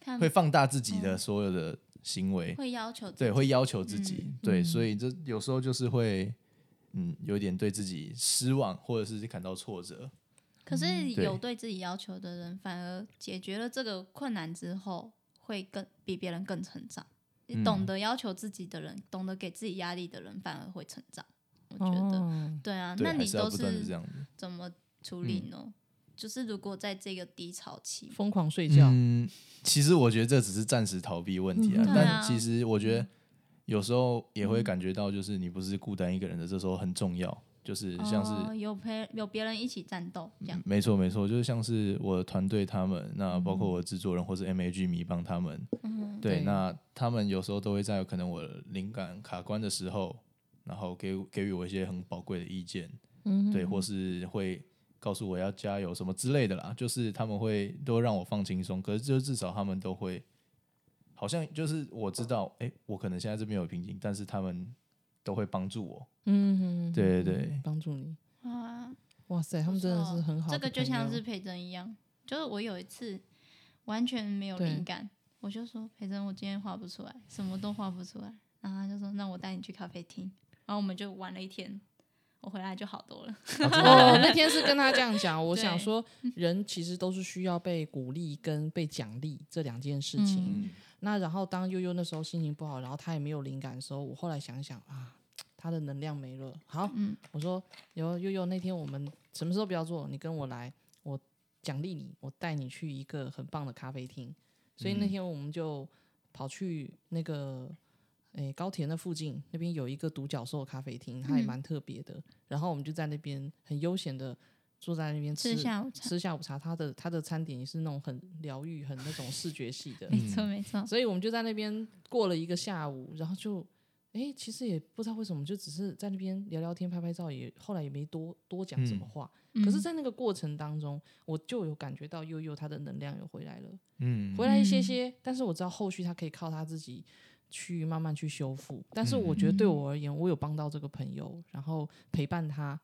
S2: 看
S1: 会放大自己
S5: 嗯
S1: 的所有的行为，
S2: 会要求自己
S1: 对，会要求自己，
S2: 嗯
S1: 对，所以这有时候就是会嗯有点对自己失望，或者是感到挫折。
S5: 可是
S1: 对
S5: 有对自己要求的人，反而解决了这个困难之后，会更比别人更成长。你懂
S1: 嗯
S5: 得要求自己的人，懂得给自己压力的人，反而会成长。我觉得，
S3: 哦，
S5: 对啊，
S1: 对，
S5: 那
S1: 还
S5: 你
S1: 是要
S5: 都
S1: 不断的这样嗯子。
S5: 怎么处理呢？就是如果在这个低潮期，
S3: 疯狂睡觉，
S1: 嗯，其实我觉得这只是暂时逃避问题啊，
S5: 嗯对啊
S1: 但
S5: 嗯
S1: 其实我觉得有时候也会感觉到，就是你不是孤单一个人的，这时候很重要。就是像是、
S5: 哦、有陪有别人一起战斗这样。
S1: 没错没错，就是像是我的团队他们，那包括我的制作人或是 MAG 迷帮他们，
S5: 嗯，
S1: 对，
S3: 对
S1: 那他们有时候都会在可能我灵感卡关的时候，然后给给予我一些很宝贵的意见，
S3: 嗯哼，
S1: 对，或是会告诉我要加油什么之类的啦，就是他们会都让我放轻松，可是就至少他们都会，好像就是我知道，哎、我可能现在这边有瓶颈，但是他们都会帮助我，
S3: 嗯哼，
S1: 对对对
S3: 帮助你，
S1: 嗯
S5: 啊，
S3: 哇塞，他们真的是很好的朋友，哦
S5: 这个就像是培珍一样，就是我有一次完全没有
S3: 对
S5: 灵感，我就说培珍，我今天画不出来，什么都画不出来。然后他就说，那我带你去咖啡厅。然后我们就玩了一天，我回来就好多了。
S3: 哦，那天是跟他这样 讲，我
S5: 对
S3: 想说，人其实都是需要被鼓励跟被奖励这两件事情。
S5: 嗯
S3: 那然后当悠悠那时候心情不好，然后他也没有灵感的时候，我后来想一想啊，他的能量没了。好，
S5: 嗯
S3: 我说，悠悠悠，那天我们什么事都不要做，你跟我来，我奖励你，我带你去一个很棒的咖啡厅。所以那
S1: 嗯
S3: 天我们就跑去那个诶、高铁那附近，那边有一个独角兽咖啡厅，它也
S5: 嗯
S3: 蛮特别的。然后我们就在那边很悠闲的坐在那边吃
S5: 吃下午茶，
S3: 吃下午茶。它的它的餐点也是那种很疗愈、很那种视觉系的，
S5: 没错没错。
S3: 所以我们就在那边过了一个下午，然后就。诶，其实也不知道为什么，就只是在那边聊聊天、拍拍照也，后来也没多多讲什么
S1: 嗯
S3: 话。
S5: 嗯
S3: 可是，在那个过程当中，我就有感觉到悠悠她的能量有回来了。
S1: 嗯
S3: 回来一些
S5: 嗯
S3: 些，但是我知道后续他可以靠他自己去慢慢去修复。但
S1: 嗯
S3: 是我觉得对我而言，我有帮到这个朋友，然后陪伴他，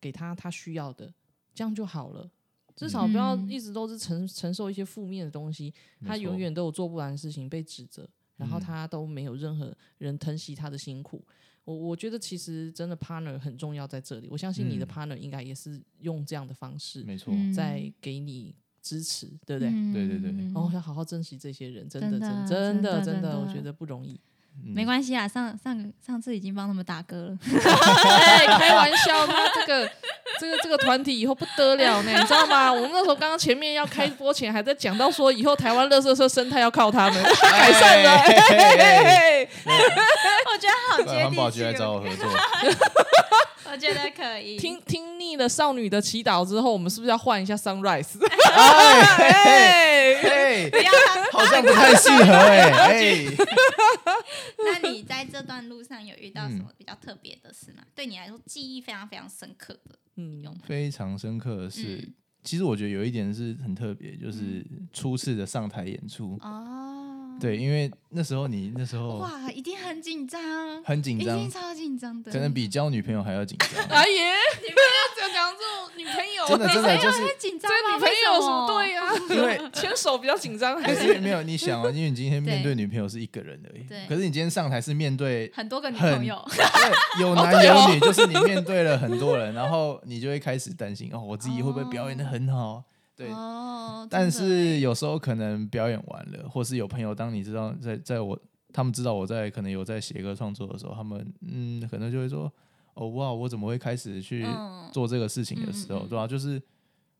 S3: 给他他需要的，这样就好了。至少不要
S5: 嗯
S3: 一直都是承承受一些负面的东西，他
S1: 没错
S3: 永远都有做不完的事情被指责，然后
S1: 嗯
S3: 他都没有任何人疼惜他的辛苦。我我觉得其实真的 partner 很重要在这里，我相信你的
S1: 嗯
S3: partner 应该也是用这样的方式
S1: 没错，
S5: 嗯
S3: 在给你支持，对不对？
S1: 对对对
S5: 嗯
S3: 哦，要好好珍惜这些人，真
S5: 真
S3: 的，
S5: 的
S3: 真
S5: 真
S3: 的，
S5: 的
S3: 真
S5: 真
S3: 的，
S5: 的
S3: 我觉得不容易。
S5: 没关系啊，上上个上次已经帮他们打歌 了。
S3: 哎，开玩笑，他这个这个这个团体以后不得了呢，你知道吗？我们那时候刚刚前面要开播前还在讲到说，以后台湾乐色车生态要靠他们 改善了。
S1: 哎
S3: 嘿嘿嘿嘿
S5: 我觉得好
S1: 系环保局
S5: 接
S1: 来
S5: 地气
S1: 找
S5: 哦，
S1: 我合作，
S5: 我觉得可以。
S3: 听听腻了少女的祈祷之后，我们是不是要换一下 Sunrise？哎
S1: 哎，
S5: 不要他
S1: 好 像不太适合哎、哎、
S5: 那你在这段路上有遇到什么
S3: 嗯
S5: 比较特别的事吗？对你来说记忆非常非常深刻的
S3: 嗯
S5: 有吗？
S1: 非常深刻的是，
S5: 嗯
S1: 其实我觉得有一点是很特别，就是初次的上台演出，
S5: 哦，
S1: 对，因为那时候你那时
S3: 哦
S1: 候
S5: 哇，一定很紧张，
S1: 很紧
S5: 一
S1: 张
S5: 定，超紧张的，
S1: 可能比交女朋友还要紧 张。
S3: 阿姨，你不要讲讲这种女朋友，
S1: 真的真的就是，
S5: 会紧张
S3: 这
S5: 吗？
S3: 女朋友有什么对
S5: 为
S3: 呀？
S1: 因为
S3: 牵手比较紧张还
S1: 但
S3: 是？
S1: 是没有你想啊，因为你今天面对
S5: 对
S1: 女朋友是一个人而已，
S5: 对
S1: 可是你今天上台是面对
S5: 很多个女
S1: 很
S5: 朋友，
S1: 对有男
S3: 对哦
S1: 有女，就是你面对了很多人，然后你就会开始担心哦，我自己会不会表演的很好？对，
S5: 哦，
S1: 但
S5: 真的
S1: 是有时候可能表演完了，或是有朋友，当你知道在在我他们知道我在可能有在写歌创作的时候，他们嗯可能就会说哦哇，我怎么会开始去
S5: 嗯
S1: 做这个事情的时候，
S5: 嗯嗯嗯
S1: 对吧、啊就是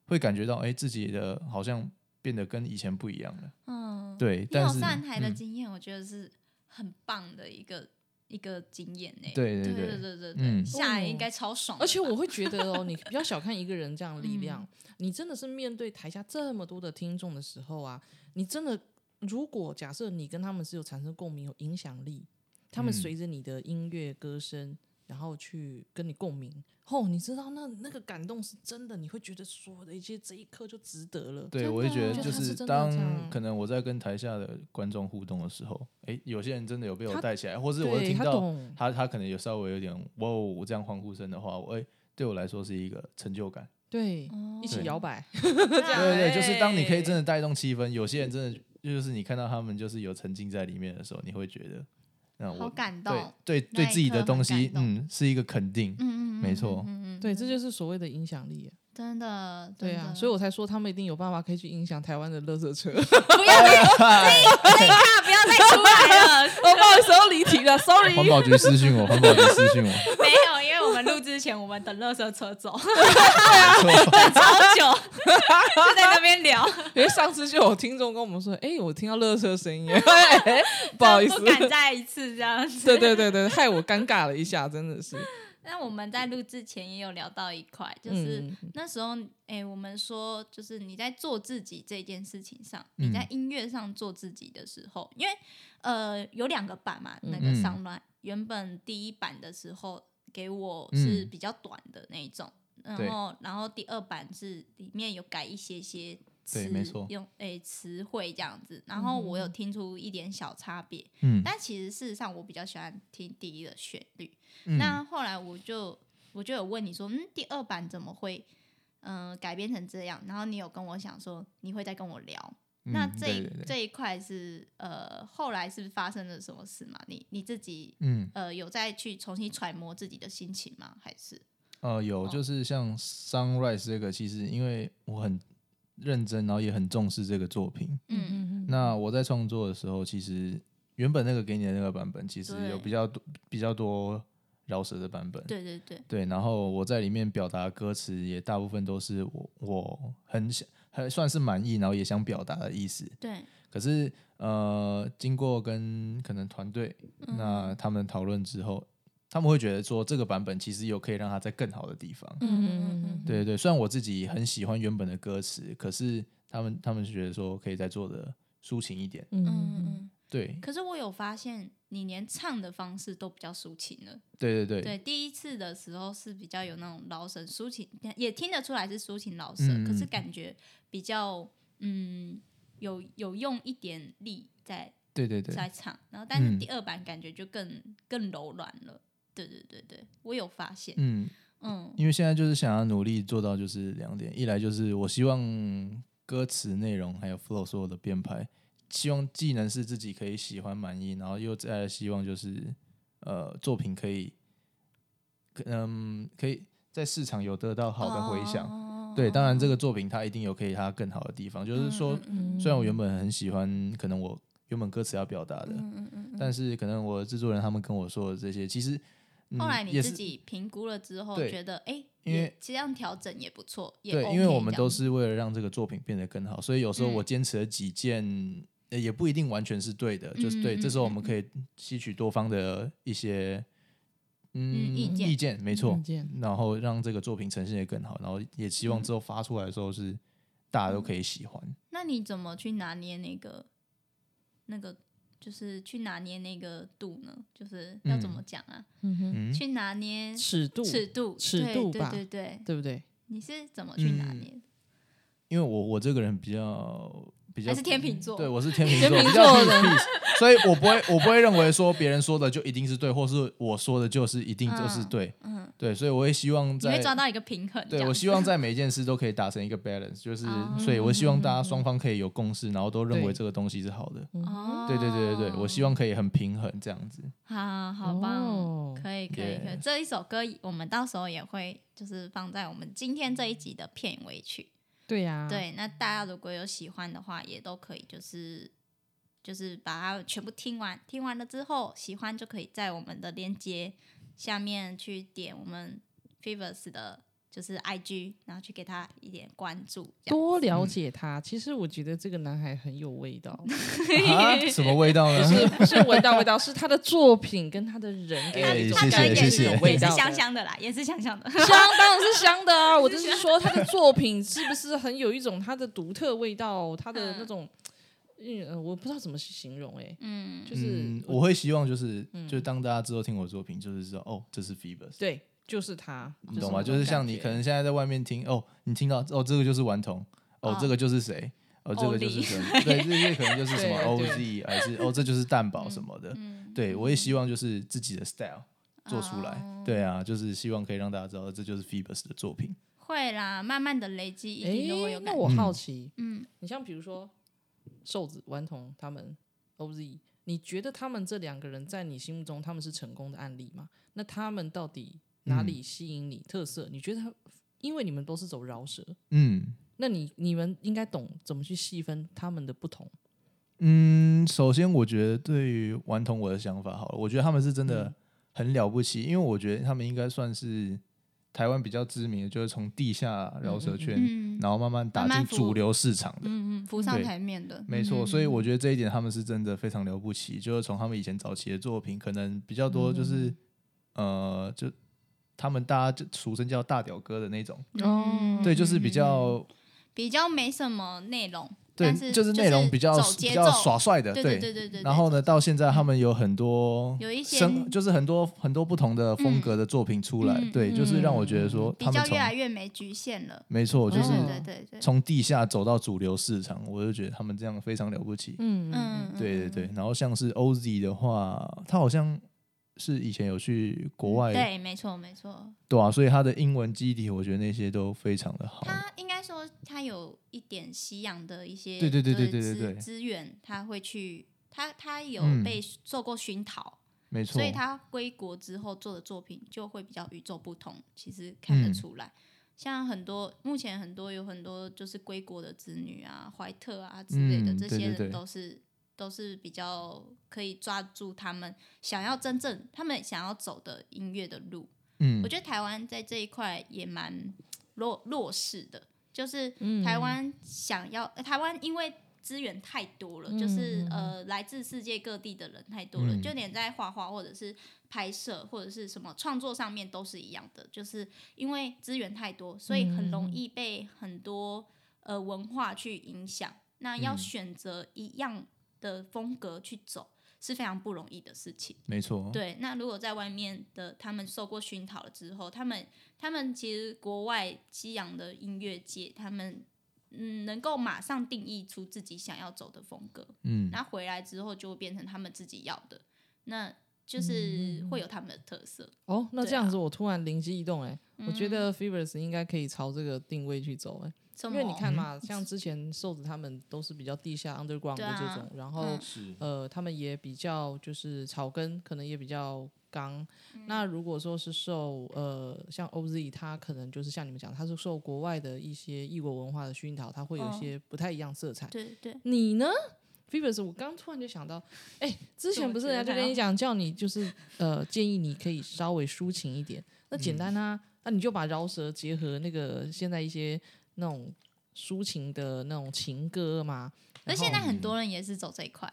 S1: 会感觉到哎、自己的好像变得跟以前不一样了，
S5: 嗯，
S1: 对，
S5: 你
S1: 但
S5: 有
S1: 是
S5: 上台的
S1: 嗯
S5: 经验，我觉得是很棒的一个一个经验呢。
S1: 对对对
S5: 对对对对对，
S1: 嗯
S5: 下来应该超爽的吧，
S3: 而且我会觉得哦，你不要小看一个人这样的力量，
S1: 嗯
S3: 你真的是面对台下这么多的听众的时候啊，你真的如果假设你跟他们是有产生共鸣、有影响力，他们
S1: 嗯
S3: 随着你的音乐歌声，然后去跟你共鸣，哦，你知道那那个感动是真的，你会觉得所有的一切这一刻就值得了。
S1: 对
S5: 真
S1: 我会
S5: 的
S1: 觉得
S5: 就
S1: 就是是
S3: 真的
S1: 当
S3: 这
S5: 啊
S3: 样
S1: 可能我在跟台下的观众互动的时候，哎、有些人真的有被我
S3: 他
S1: 带起来，或是我
S3: 对
S1: 听
S3: 他
S1: 到
S3: 懂，
S1: 他他可能有稍微有点哇哦这样欢呼声的话，我哎、对我来说是一个成就感。
S3: 对，
S5: 哦
S3: 一起摇摆，
S5: 对
S1: 对对对，
S3: 哎
S1: 就是当你可以真的带动气氛，有些人真的就是你看到他们就是有沉浸在里面的时候，你会觉得，那
S5: 好
S1: 我
S5: 感动
S1: 对对
S5: 那
S1: 对
S5: 一
S1: 自己的
S5: 刻
S1: 东
S5: 很
S1: 西，
S5: 感动
S1: 嗯，是一个肯定，
S5: 嗯嗯
S1: 没错
S5: 嗯嗯嗯
S3: 对，这就是所谓的影响力啊、
S5: 真的，
S3: 对啊，所以
S5: 以
S3: 我才说他们一定有办法可以去影响台湾的垃圾车。
S5: 不要再这一卡不要 再出来了，
S3: 哦，不好意思，我离题了，sorry。
S1: 环保局私讯我，环保局私讯我，
S5: 没有，因为我们录之前我们等垃圾车走，
S1: 没错，
S5: 超久， 就在那边聊，
S3: 因为上次就有听众跟我们说，哎、我听到乐车声音，哎不好意思
S5: 不，敢再一次这样子。
S3: 对对对对，害我尴尬了一下，真的是，
S5: 那我们在录之前也有聊到一块，就是、
S3: 嗯
S5: 那时候，哎、我们说就是你在做自己这件事情上，
S1: 嗯
S5: 你在音乐上做自己的时候，因为呃有两个版嘛，那个
S1: 嗯
S5: 上乱、原本第一版的时候给我是
S1: 嗯
S5: 比较短的那一种，
S1: 对
S5: 然后然后第二版是里面有改一些些词
S1: 对，没错
S5: 用哎词汇这样子，然后我有听出一点小差别，
S1: 嗯，
S5: 但其实事实上我比较喜欢听第一的旋律，
S1: 嗯
S5: 那后来我就我就有问你说，嗯，第二版怎么会嗯、呃改编成这样？然后你有跟我想说你会再跟我聊。那
S1: 嗯
S5: 这
S1: 对
S5: 一
S1: 对对
S5: 这一块是呃后来是不是发生了什么事嘛？你你自己
S1: 嗯
S5: 呃有再去重新揣摩自己的心情吗？还是
S1: 呃
S5: 哦
S1: 有就是像 Sunrise 这个，其实因为我很认真，然后也很重视这个作品。
S5: 嗯
S3: 嗯
S1: 那我在创作的时候，其实原本那个给你的那个版本，其实有
S5: 对
S1: 比较多比较多饶舌的版本，
S5: 对对对，
S1: 对，然后我在里面表达的歌词也大部分都是我我很想很算是满意，然后也想表达的意思。
S5: 对，
S1: 可是呃，经过跟可能团队
S5: 嗯
S1: 那他们讨论之后，他们会觉得说这个版本其实有可以让它在更好的地方。
S3: 嗯
S1: 对对对，虽然我自己很喜欢原本的歌词，可是他们他们是觉得说可以再做的抒情一点。
S5: 嗯嗯嗯。
S1: 对
S5: 可是我有发现，你连唱的方式都比较抒情了。
S1: 对对
S5: 对，第一次的时候是比较有那种老神抒情，也听得出来是抒情老舍，
S1: 嗯
S5: 可是
S1: 嗯
S5: 感觉比较嗯有有用一点力在
S1: 对对对
S5: 在唱，然后但是
S1: 嗯
S5: 第二版感觉就更更柔软了。对对对对，我有发现，
S1: 嗯，
S5: 嗯
S1: 因为现在就是想要努力做到就是两点，一来就是我希望歌词内容还有 flow 所有的编排，希望技能是自己可以喜欢满意，然后又再来希望就是呃作品可以，可嗯可以在市场有得到好的回响。
S5: 哦
S1: 对，当然这个作品它一定有可以它更好的地方，就是说，
S3: 嗯
S1: 虽然我原本很喜欢，可能我原本歌词要表达的，
S5: 嗯嗯嗯
S1: 但是可能我的制作人他们跟我说的这些，其实、嗯、
S5: 后来你
S1: 也
S5: 自
S1: 是
S5: 己评估了之后，
S1: 对
S5: 觉得哎，
S1: 因
S5: 也
S1: 为
S5: 这样调整也不错，也
S1: 对，
S5: OK
S1: 因为我们
S5: 这
S1: 都
S5: 样嗯
S1: 是为了让这个作品变得更好，所以有时候我坚持了几件，呃也不一定完全是对的，就是对。
S5: 嗯嗯
S1: 这时候我们可以吸取多方的一些嗯
S5: 嗯意见
S1: 没错
S3: 意见，
S1: 然后让这个作品呈现的更好，然后也希
S5: 嗯
S1: 望之后发出来的时候是大家都可以喜欢。
S5: 那你怎么去拿捏那个那个，就是去拿捏那个度呢？就是要怎么讲啊？
S3: 嗯哼，
S1: 嗯，
S5: 去拿捏
S3: 尺度，
S5: 尺度，
S3: 尺度
S5: 对
S3: 吧
S5: 对对对，
S3: 对不对？
S5: 你是怎么去拿
S1: 嗯
S5: 捏的？
S1: 因为我我这个人比较比较
S5: 还是天秤座
S1: 对我是天秤座，
S3: 天秤
S1: 比较
S3: 座的
S1: peace，所以我不会我不会认为说别人说的就一定是对，或是我说的就是一定就是对，
S5: 嗯，
S1: 对，所以我会希望
S5: 你
S1: 在
S5: 会抓到一个平衡。这
S1: 对，
S5: 样
S1: 我希望在每一件事都可以达成一个 balance，就是、
S5: 哦
S1: 所以，我希望大家双方可以有共识，然后都认为
S3: 对
S1: 这个东西是好的。
S5: 哦，
S1: 对对对对对，我希望可以很平衡这样子。
S5: 好好棒哦，
S3: 哦
S5: 可以可以可以。
S1: Yeah
S5: 这一首歌我们到时候也会就是放在我们今天这一集的片尾曲。
S3: 对呀、，
S5: 对，那大家如果有喜欢的话，也都可以就是就是把它全部听完，听完了之后喜欢就可以在我们的链接下面去点我们 Fevers 的，就是 IG，然后去给他一点关注。这样
S3: 多了解他。其实我觉得这个男孩很有味道，
S1: 啊，什么味道呢？
S3: 是不是味道？味道是他的作品跟他的人给
S1: 哎
S3: 你
S1: 谢
S5: 他
S3: 的
S5: 的
S3: 感
S5: 也
S3: 觉
S1: 谢
S3: 是
S1: 谢
S3: 有
S5: 是
S3: 味
S5: 也
S3: 道
S5: 是
S3: 的
S5: 香香的啦，也是香香的。
S3: 香当然是香的 啊！我就是说，他的作品是不是很有一种他的独特味道，他的那种，嗯，呃我不知道怎么去形容、欸，
S5: 嗯，
S3: 就是
S1: 嗯，我会希望就是，就当大家之后听我作品，就是说，哦，这是 Phoebus，
S3: 对，就是他，
S1: 你懂吗？啊就是像你可能现在在外面听，哦，你听到，哦，这个就是顽童，哦
S5: 哦，
S1: 这个就是谁，哦，这个就是什么，对，这些可能就是什么
S3: 对
S1: OZ，还是哦，这就是蛋堡什么的。对，我也希望就是自己的 style 做出来。对啊，就是希望可以让大家知道，这就是 Phoebus 的作品。
S5: 会啦，慢慢的累积，一定都会
S3: 哎、
S5: 有
S3: 那
S5: 感觉。
S3: 我好奇，
S5: 嗯，
S3: 你像比如说瘦子、顽童他们 OZ，你觉得他们这两个人在你心目中他们是成功的案例吗？那他们到底哪里吸引你特色？你觉得它，因为你们都是走饶舌，
S1: 嗯
S3: 那你你们应该懂怎么去细分他们的不同。
S1: 嗯，首先我觉得对于顽童我的想法好了，我觉得他们是真的很了不起，因为我觉得他们应该算是台湾比较知名的，就是从地下饶舌圈，
S5: 嗯嗯嗯
S1: 然后慢慢打
S5: 慢慢
S1: 进
S5: 扶
S1: 主流市场的。
S5: 嗯嗯，浮上
S1: 对
S5: 台面的，嗯
S1: 没错，所以我觉得这一点他们是真的非常了不起，就是从他们以前早期的作品，可能比较多就是、
S5: 嗯
S1: 呃，就他们大家就俗称叫大屌哥的那种，
S5: 嗯
S1: 对，就是比较
S5: 比较没什么内容，
S1: 对
S5: 但，是
S1: 就是内容比较
S5: 走
S1: 比
S5: 节奏
S1: 较耍帅的，
S5: 对对对对对。
S1: 呃
S5: 嗯
S1: 然后呢，到现在他们有很多
S5: 有一些
S1: 生，就是很多很多不同的风格的作品出来，
S5: 嗯嗯
S1: 对，
S5: 嗯
S1: 就是让我觉得说
S5: 比
S1: 他们
S5: 较
S1: 从
S5: 越来越没局限了，
S1: 没错，就是
S5: 对
S3: 嗯
S5: 对对对，
S1: 从地下走到主流市场，我就觉得他们这样非常了不起。
S3: 嗯
S5: 嗯，嗯
S1: 对对对，然后像是 OZ 的话，他好像是以前有去国外，
S5: 嗯对，没错没错，
S1: 对啊，所以他的英文基底，我觉得那些都非常的好。
S5: 他应该说他有一点西洋的一些
S1: 对对对
S5: 就是
S1: 对对对
S5: 资
S1: 对
S5: 资源，他会去他他有
S1: 嗯
S5: 被受过熏陶，
S1: 没错
S5: 所，以他归国之后做的作品就会比较与众不同，其实看得
S1: 嗯
S5: 出来。像很多目前很多有很多就是归国的子女啊、怀特啊之类的，
S1: 嗯
S5: 这
S1: 对
S5: 些
S1: 对对
S5: 人都是都是比较可以抓住他们想要真正他们想要走的音乐的路。
S1: 嗯
S5: 我，觉得台湾在这一块也蛮弱弱势的，就是
S1: 嗯
S5: 台湾想要、呃台湾因为资源太多了，就是呃来自世界各地的人太多了，
S1: 嗯
S5: 就连在画画或者是拍摄或者是什么创作上面都是一样的，就是因为资源太多，所以
S1: 嗯
S5: 很容易被很多呃文化去影响。那要
S1: 嗯
S5: 选择一样的风格去走，是非常不容易的事情。
S1: 没错，
S5: 对，那如果在外面的他们受过熏陶了之后，他们他们其实国外西洋的音乐界，他们嗯能够马上定义出自己想要走的风格，
S1: 嗯，
S5: 那回来之后就会变成他们自己要的，那
S3: 嗯
S5: 就是会有他们的特色。
S3: 哦，那
S5: 对
S3: 这样
S5: 啊
S3: 子我突然灵机一动、欸，哎、我觉得 Fevers 应该可以朝这个定位去走、欸，
S5: 什
S3: 因为你
S5: 么
S3: 看，嘛，像之前瘦子他们都是比较地下 underground
S5: 对
S3: 的
S5: 啊
S3: 这种，然后
S5: 嗯
S1: 是，
S3: 呃，他们也比较就是草根，可能也比较刚。
S5: 嗯
S3: 那如果说是受呃像 OZ，他可能就是像你们讲，他是受国外的一些异国文化的熏陶，他会有一
S5: 哦
S3: 些不太一样色彩。
S5: 对对，
S3: 你呢？Fevers，我刚突然就想到，哎、之前不是人家就跟你讲，叫你就是呃， 建议你可以稍微抒情一点。那简单啊，那你就把饶舌结合那个现在一些那种抒情的那种情歌嘛。
S5: 而
S3: 然后
S5: 现在很多人也是走这 一块。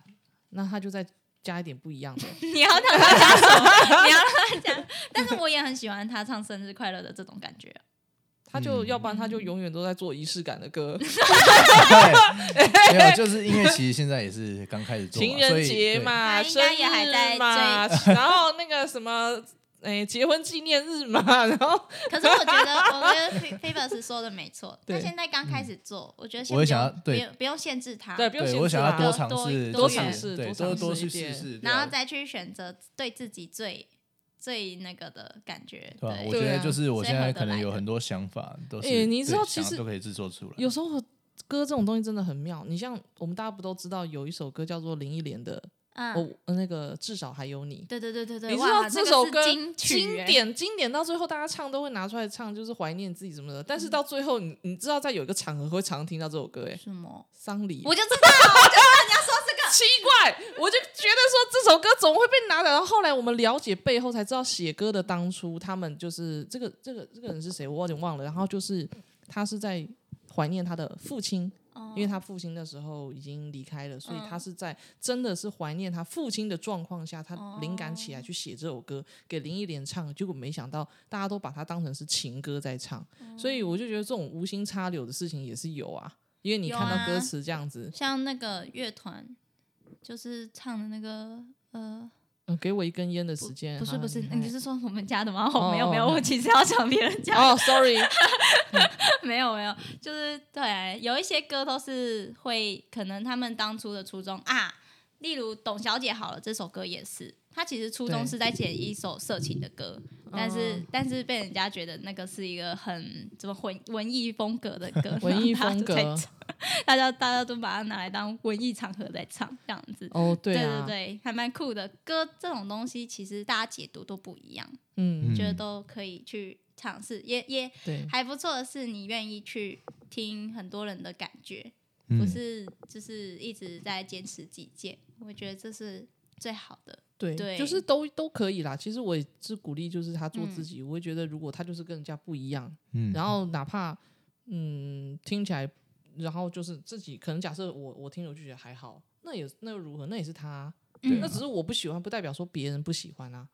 S3: 那他就再加一点不一样 的。
S5: 你要他们加什么？你要他们加，但是我也很喜欢他唱生日快乐的这种感觉啊。
S3: 他就、要不然他就永远都在做仪式感的歌，
S1: 嗯对， 没有，就是因为其实现在也是刚开始做嘛，
S3: 情人节
S1: 所以
S3: 嘛，
S5: 他应该也还在
S3: 生日嘛， 然后那个什么，哎，结婚纪念日嘛， 然后
S5: 可是我觉得，我觉得 Favors 说的没错。
S3: 对
S5: 他现在刚开始做，我觉得
S1: 嗯
S5: 先
S1: 我也
S5: 不用
S1: 想要对
S5: 不用不用限制他，
S3: 对，不用
S1: 对啊
S3: 限
S1: 我
S3: 制啊
S1: 想要
S3: 啦
S1: 多
S5: 多
S1: 尝
S5: 多
S1: 试，
S5: 多
S1: 就是
S5: 尝
S3: 试
S1: 对，
S3: 多
S1: 多
S3: 尝
S1: 多
S3: 试
S1: 去
S3: 一点
S1: 试试，对
S5: 然
S1: 啊
S5: 后再去选择对自己最最那个的感觉。
S1: 对吧？我
S5: 对，
S1: 觉
S3: 对
S1: 得
S3: 啊
S1: 就是我
S5: 所以
S1: 现在
S5: 合得
S1: 可能
S5: 来
S1: 有
S5: 的
S1: 很多想法都是，
S3: 诶哎你知
S1: 对
S3: 道
S1: 想
S3: 其实
S1: 都可以制作出来，
S3: 有时候歌这种东西真的很妙。你像我们大家不都知道有一首歌叫做林忆莲的，
S5: 嗯，
S3: 哦，那个至少还有你。
S5: 对对对对对，
S3: 你知
S5: 哇
S3: 道这首
S5: 那个
S3: 歌
S5: 是金曲
S3: 经
S5: 耶，
S3: 典经典到最后，大家唱都会拿出来唱，就是怀念自己什么的。但
S5: 嗯
S3: 是到最后，你你知道在有一个场合会常听到这首歌，哎，
S5: 什么？
S3: 丧礼。
S5: 我就知道，我就知道你要说这个。
S3: 奇怪，我就觉得说这首歌怎么会被拿来？然后后来我们了解背后才知道，写歌的当初他们就是这个这个这个人是谁，我有点忘了。然后就是他是在怀念他的父亲，
S5: 哦
S3: 因为他父亲那时候已经离开了，所以
S5: 嗯
S3: 他是在真的是怀念他父亲的状况下，他灵感起来去写这首
S5: 哦
S3: 歌给林忆莲唱，结果没想到大家都把它当成是情歌在唱，所以我就觉得这种无心插柳的事情也是有啊，因为你
S5: 有
S3: 看到
S5: 啊
S3: 歌词这样子，
S5: 像那个乐团，就是唱的那个呃，
S3: 嗯，给我一根烟的时间，
S5: 不是不是，
S3: 好
S5: 你
S3: 嗨
S5: 是说我们家的吗？
S3: 哦
S5: 没有没有，
S3: 哦
S5: 我其实要讲别人家的
S3: 哦，sorry，
S5: 没有没有，就是对，有一些歌都是会，可能他们当初的初衷啊，例如《董小姐》好了，这首歌也是，他其实初衷
S3: 对，
S5: 是在写一首色情的歌，但是、但是被人家觉得那个是一个很怎么文文艺风格的歌
S3: 文艺
S5: 然后
S3: 风
S5: 大家
S3: 格
S5: 都在唱，大家大家都把它拿来当文艺场合在唱，这样子。
S3: 哦，对
S5: 对
S3: 啊，
S5: 对对，还蛮酷的。歌这种东西，其实大家解读都不一样，
S3: 嗯，
S1: 嗯
S5: 觉得都可以去尝试，也也
S3: 对，
S5: 还不错的是，你愿意去听很多人的感觉，
S1: 嗯
S5: 不是就是一直在坚持己见，我觉得这是最好的。
S3: 对，
S5: 对
S3: 就是都都可以啦。其实我也是鼓励，就是他做自
S5: 嗯
S3: 己。我会觉得，如果他就是跟人家不一样，
S1: 嗯
S3: 然后哪怕嗯听起来，然后就是自己可能假设我我听了我就觉得还好，那也那又如何？那也是他，
S5: 嗯
S1: 对
S3: 那
S1: 啊
S3: 只是我不喜欢，不代表说别人不喜欢啊。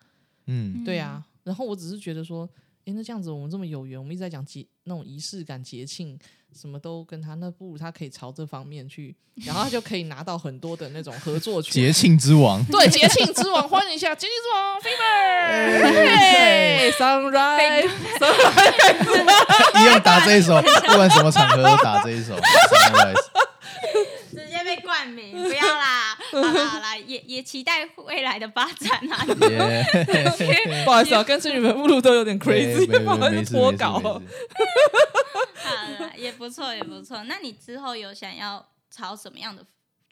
S1: 嗯
S3: 对啊，然后我只是觉得说，诶，那这样子我们这么有缘，我们一直在讲节那种仪式感、节庆，什么都跟他，那不如他可以朝这方 面去，然后他就可以拿到很多的那种合作权。
S1: 节庆之王，
S3: 对，节庆之王，欢迎一下节庆之王 Fever，，Sunrise，
S1: 一样打这一首，不管什么场合都打这一首。Sunrise
S5: 直接被冠名，不要啦，好啦好啦，也也期待未来的发展啊。
S1: 耶，
S3: 不好意思啊，跟这女们目录都有点 crazy，
S1: 没
S3: 不好
S1: 没
S3: 意
S1: 没
S3: 思
S1: 事
S3: 脱
S1: 没事
S3: 稿
S1: 没。事。
S5: 好啦也不错也不错。那你之后有想要朝什么样的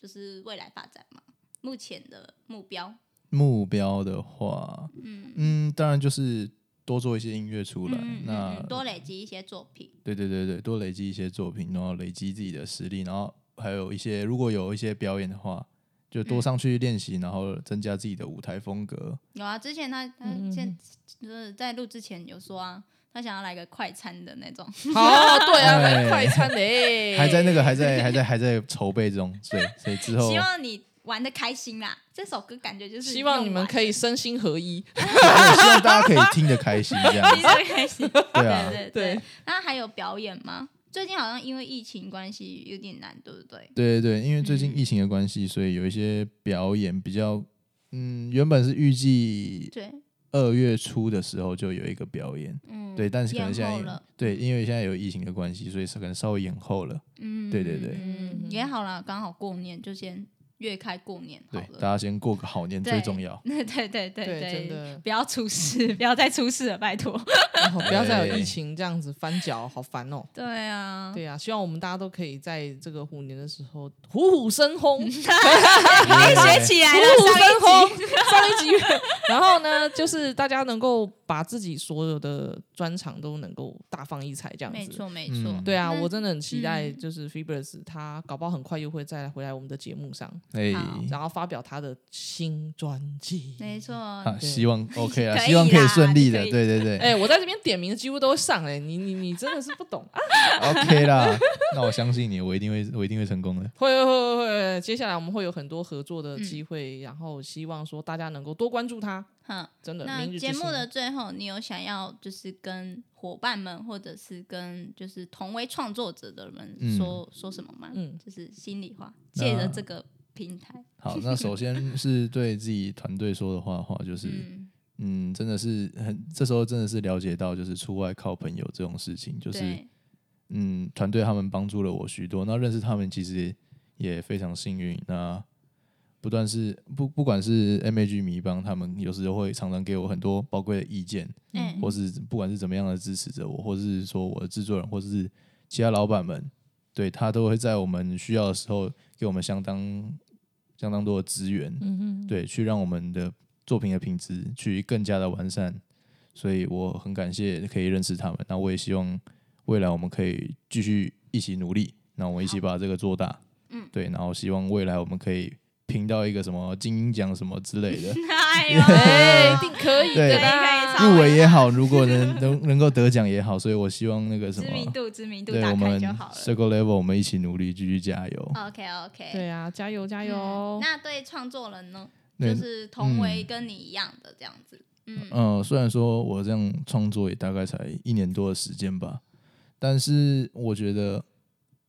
S5: 就是未来发展吗？目前的目标，
S1: 目标的话，嗯当然就是多做一些音乐出来。
S5: 嗯嗯
S1: 那、
S5: 嗯，多累积一些作品，
S1: 对对对对，多累积一些作品，然后累积自己的实力，然后还有一些如果有一些表演的话，就多
S5: 嗯
S1: 上去练习，然后增加自己的舞台风格。
S5: 有啊，之前他他
S3: 嗯
S5: 现就是在录之前有说啊，他想要来个快餐的那种，
S3: 好，对啊，
S1: 哎
S3: 来快餐哎嘞，
S1: 还在那个还在还在还在筹备中，所以所以之后
S5: 希望你玩的开心啦。这首歌感觉就是
S3: 哦希望你们可
S5: 以
S3: 以身心合一。
S1: 对希望大家可以听得开心，这样
S5: 玩
S1: 子
S5: 玩开心，
S1: 对啊
S5: 对。对
S3: 对
S5: 对。那还有表演吗？最近好像因为疫情关系有点难，对不对？
S1: 对对对，因为最近
S5: 嗯
S1: 疫情的关系，所以有一些表演比较，嗯，原本是预计
S5: 对，
S1: 二月初的时候就有一个表演，
S5: 嗯，
S1: 对，但是可能
S5: 延
S1: 现在
S5: 后
S1: 因
S5: 了，
S1: 对，因为现在有疫情的关系，所以是可能稍微延后了。
S5: 嗯，
S1: 对对对
S5: 嗯，也好啦，刚好过年就先越开过年好
S1: 对，大家
S5: 了。
S1: 先过个好年最
S5: 对。
S1: 重要
S5: 对对对对
S3: 对真的
S5: 不要出事，不要再出事了，拜 托。
S3: 然后不要再有
S1: 对
S3: 疫情这样子翻脚，好烦哦。
S5: 对啊，
S3: 对啊，希望我们大家都可以在这个虎年的时候虎虎生 风，虎虎
S5: 哎，学起来了，
S3: 生
S5: 上一集
S3: 风，上一集。然后呢，就是大家能够把自己所有的专长都能够大放异彩，这样
S5: 没
S3: 子。
S5: 错没错
S1: 嗯，
S3: 对啊，
S5: 那
S3: 我真的很期待，
S5: 嗯
S3: 就是 Fibers 他搞不好很快又会再回来我们的节目上，
S1: 哎，
S5: 好
S3: 然后发表他的新专辑。
S5: 没错。
S1: 啊，
S3: 对
S1: 希望 OK 啦，
S5: 可以
S1: 希望可以
S5: 啦
S1: 顺利的。
S5: 你可以
S1: 对对对
S3: 哎、我在这边点名的几乎都会上哎、你你你真的是不懂啊！
S1: ，OK 啦，那我相信你，我一定会，我一定会成功的。
S3: 会会会会会，接下来我们会有很多合作的
S5: 嗯
S3: 机会，然后希望说大家能够多关注他，
S5: 哼，
S3: 真的。
S5: 那
S3: 明日之
S5: 节目
S3: 星啊
S5: 的最后，你有想要就是跟伙伴们，或者是跟就是同为创作者的人
S1: 嗯
S5: 说、说什么吗？
S3: 嗯
S5: 就是心里话，借着这个平台，
S1: 好，那首先是对自己团队说的话，话就是，
S5: 嗯，
S1: 嗯，真的是很，这时候真的是了解到，就是出外靠朋友这种事情，就是
S5: 对，
S1: 嗯，团队他们帮助了我许多。那认识他们其实也非常幸运。那不断是不不管是 M A G 迷帮，他们有时候会常常给我很多宝贵的意见，
S5: 嗯
S1: 或是不管是怎么样的支持着我，或是说我的制作人，或是其他老板们，对他都会在我们需要的时候给我们相当相当多的资源，
S3: 嗯哼，
S1: 对，去让我们的作品的品质去更加的完善。所以我很感谢可以认识他们，那我也希望未来我们可以继续一起努力，那我们一起把这个做大。
S5: 嗯
S1: 对，然后希望未来我们可以评到一个什么金鹰奖什么之类 的，
S5: 哎
S3: 哎、
S5: 呦，
S3: 一定可以
S1: 对
S3: 的啊
S1: 可以
S3: 啦，
S5: 可以
S1: 入围也好，如果能能能够得奖也好，所以我希望那个什
S5: 知名
S1: 么，
S5: 度知名度
S1: 对
S5: 打
S1: 我
S5: 开
S1: 们
S5: 就好了。
S1: Circle Level 我们一起努力，继续加油。
S5: OK OK，
S3: 对哦啊，加油加油！
S5: 嗯那对创作人呢，
S1: 对
S5: 就是同为
S1: 嗯
S5: 跟你一样的这样子，嗯
S1: 嗯，虽然说我这样创作也大概才一年多的时间吧，但是我觉得，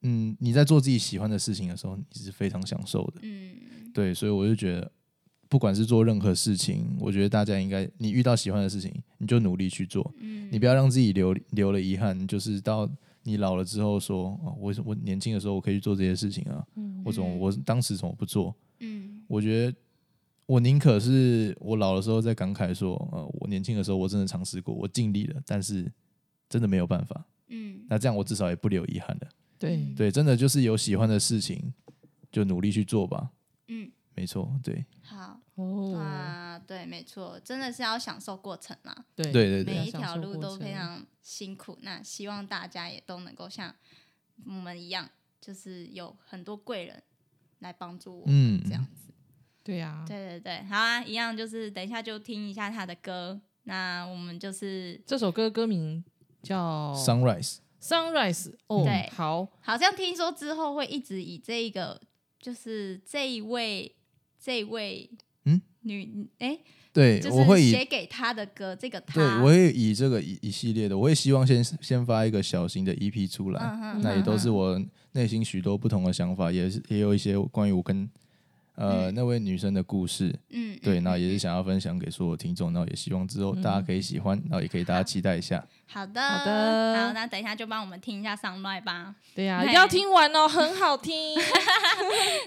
S1: 嗯，你在做自己喜欢的事情的时候，你是非常享受的。
S5: 嗯，
S1: 对，所以我就觉得，不管是做任何事情，我觉得大家应该，你遇到喜欢的事情，你就努力去做，
S5: 嗯
S1: 你不要让自己留留了遗憾，就是到你老了之后说，哦、我我年轻的时候我可以去做这些事情啊，我怎么
S5: 嗯
S1: 我当时怎么不做？
S5: 嗯
S1: 我觉得我宁可是我老的时候在感慨说，呃，我年轻的时候我真的尝试过，我尽力了，但是真的没有办法。
S5: 嗯，
S1: 那这样我至少也不留遗憾了。
S3: 对
S5: 嗯
S1: 对，真的就是有喜欢的事情，就努力去做吧。
S5: 嗯，
S1: 没错，对，
S5: 好
S3: 哦，
S5: 啊，对，没错，真的是要享受过程啊啦。
S3: 对
S1: 对对对啊
S5: 每一
S3: 享
S5: 条
S3: 受
S5: 路
S3: 过
S5: 都非
S3: 程
S5: 常辛苦。那希望大家也都能够像我们一样，就是有很多贵人来帮助我们
S1: 嗯
S5: 这样子。
S3: 对呀，
S5: 对对对，好啊，一样就是等一下就听一下他的歌。那我们就是
S3: 这首歌歌名叫
S1: Sunrise，
S3: Sunrise
S1: 嗯
S3: 哦
S5: 对，
S3: 好，
S5: 好像听说之后会一直以这一个就是这一位这一位
S1: 嗯
S5: 女哎、
S1: 对
S5: 就
S1: 我会
S5: 是
S1: 以
S5: 写给他的歌，这个他
S1: 对我会以这个一一系列的，我也希望先先发一个小型的 EP 出来，
S5: 嗯哼
S1: 那也都是
S5: 嗯
S1: 我内心许多不同的想法，也是也有一些关于我跟呃、
S5: 嗯
S1: 那位女生的故事。
S5: 嗯
S1: 对，
S5: 嗯
S1: 那也
S5: 嗯
S1: 是想要分享给所有听众，然后也希望之后大家可以喜欢，然后也可以大家期待一下。
S5: 好的，
S3: 好的
S5: 好，那等一下就帮我们听一下 Sunlight 吧。
S3: 对呀，
S5: 对
S3: 要听完哦，很好 听，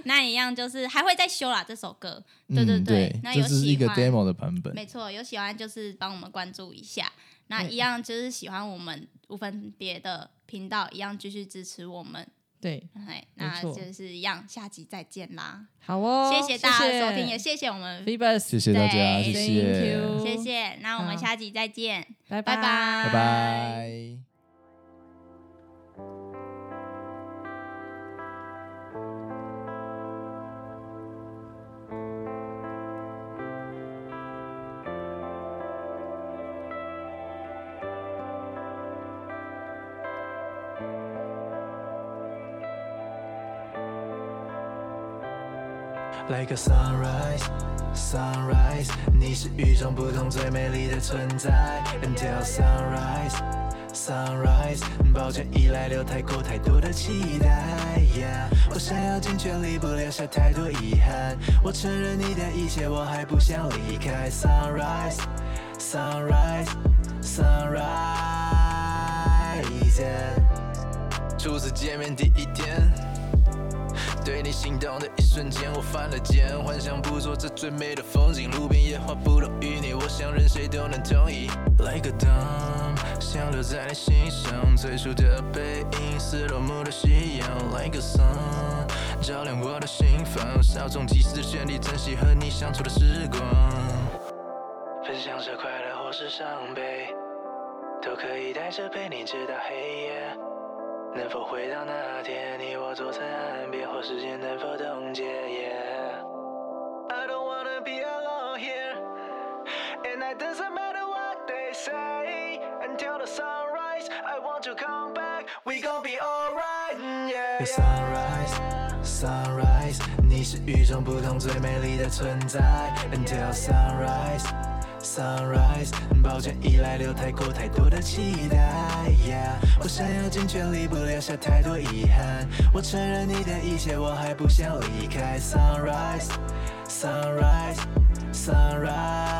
S5: 那一样就是还会再修啦这首歌，对对
S1: 嗯、
S5: 对
S1: 对
S5: 那，
S1: 这
S5: 有
S1: 只是
S5: 喜
S1: 一个
S5: 欢
S1: demo 的版本。
S5: 没错，有喜欢就是帮我们关注一下。那
S3: 对
S5: 一样就是喜欢我们无分别的频道，一样继续支持我们。
S3: 对，
S5: 哎，
S3: 没
S5: 那
S3: 错
S5: 就是一样，下集再见啦！
S3: 好哦，
S5: 谢谢大家的收听，也谢谢我们，
S3: Phoebus，
S1: 谢谢大家，
S5: 对
S1: 谢谢，
S3: Thank you
S5: 谢谢。那我们
S3: 好
S5: 下集再见，
S3: 拜
S5: 拜拜，
S1: 拜拜。
S4: Like a sunrise, sunrise，你是与众不同最美丽的存在。Until sunrise, sunrise，抱歉依赖留太过太多的期待。Yeah, 我想要尽全力，不留下太多遗憾。我承认你的一切，我还不想离开。Sunrise, sunrise, sunrise。初次见面第一天。对你心动的一瞬间，我犯了贱，幻想捕捉这最美的风景，路边野花不懂与你，我想任谁都能同意。Like a dumb，想留在你心上，最初的背影是落幕的夕阳。Like a sun，照亮我的心房，稍纵即逝，全力珍惜和你相处的时光。分享着快乐或是伤悲，都可以带着陪你直到黑夜。能否回到那天，你我坐在岸边，或时间能否冻结？Yeah，I don't wanna be alone here, and it doesn't matter what they say. Until the sunrise, I want to come back. We gon' be alright. Yeah. Sunrise, sunrise，你是与众不同最美丽的存在。Until sunrise。Sunrise，抱歉依赖留太过太多的期待。Yeah，我想要尽全力，不留下太多遗憾。我承认你的一切，我还不想离开。Sunrise，Sunrise，Sunrise。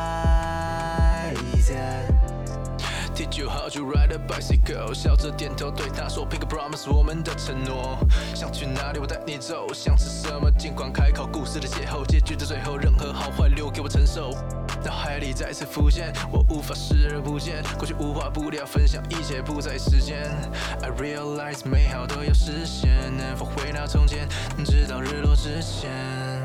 S4: Teach you how to ride a bicycle，笑着点头对他说 Pick a promise，我们的承诺。想去哪里我带你走，想吃什么尽管开口。故事的邂逅，结局的最后，任何好坏留给我承受。脑海里再次浮现，我无法视而不见，过去无话不聊，分享一切不在时间。I realize 美好都要实现，能否回到从前，直到日落之前。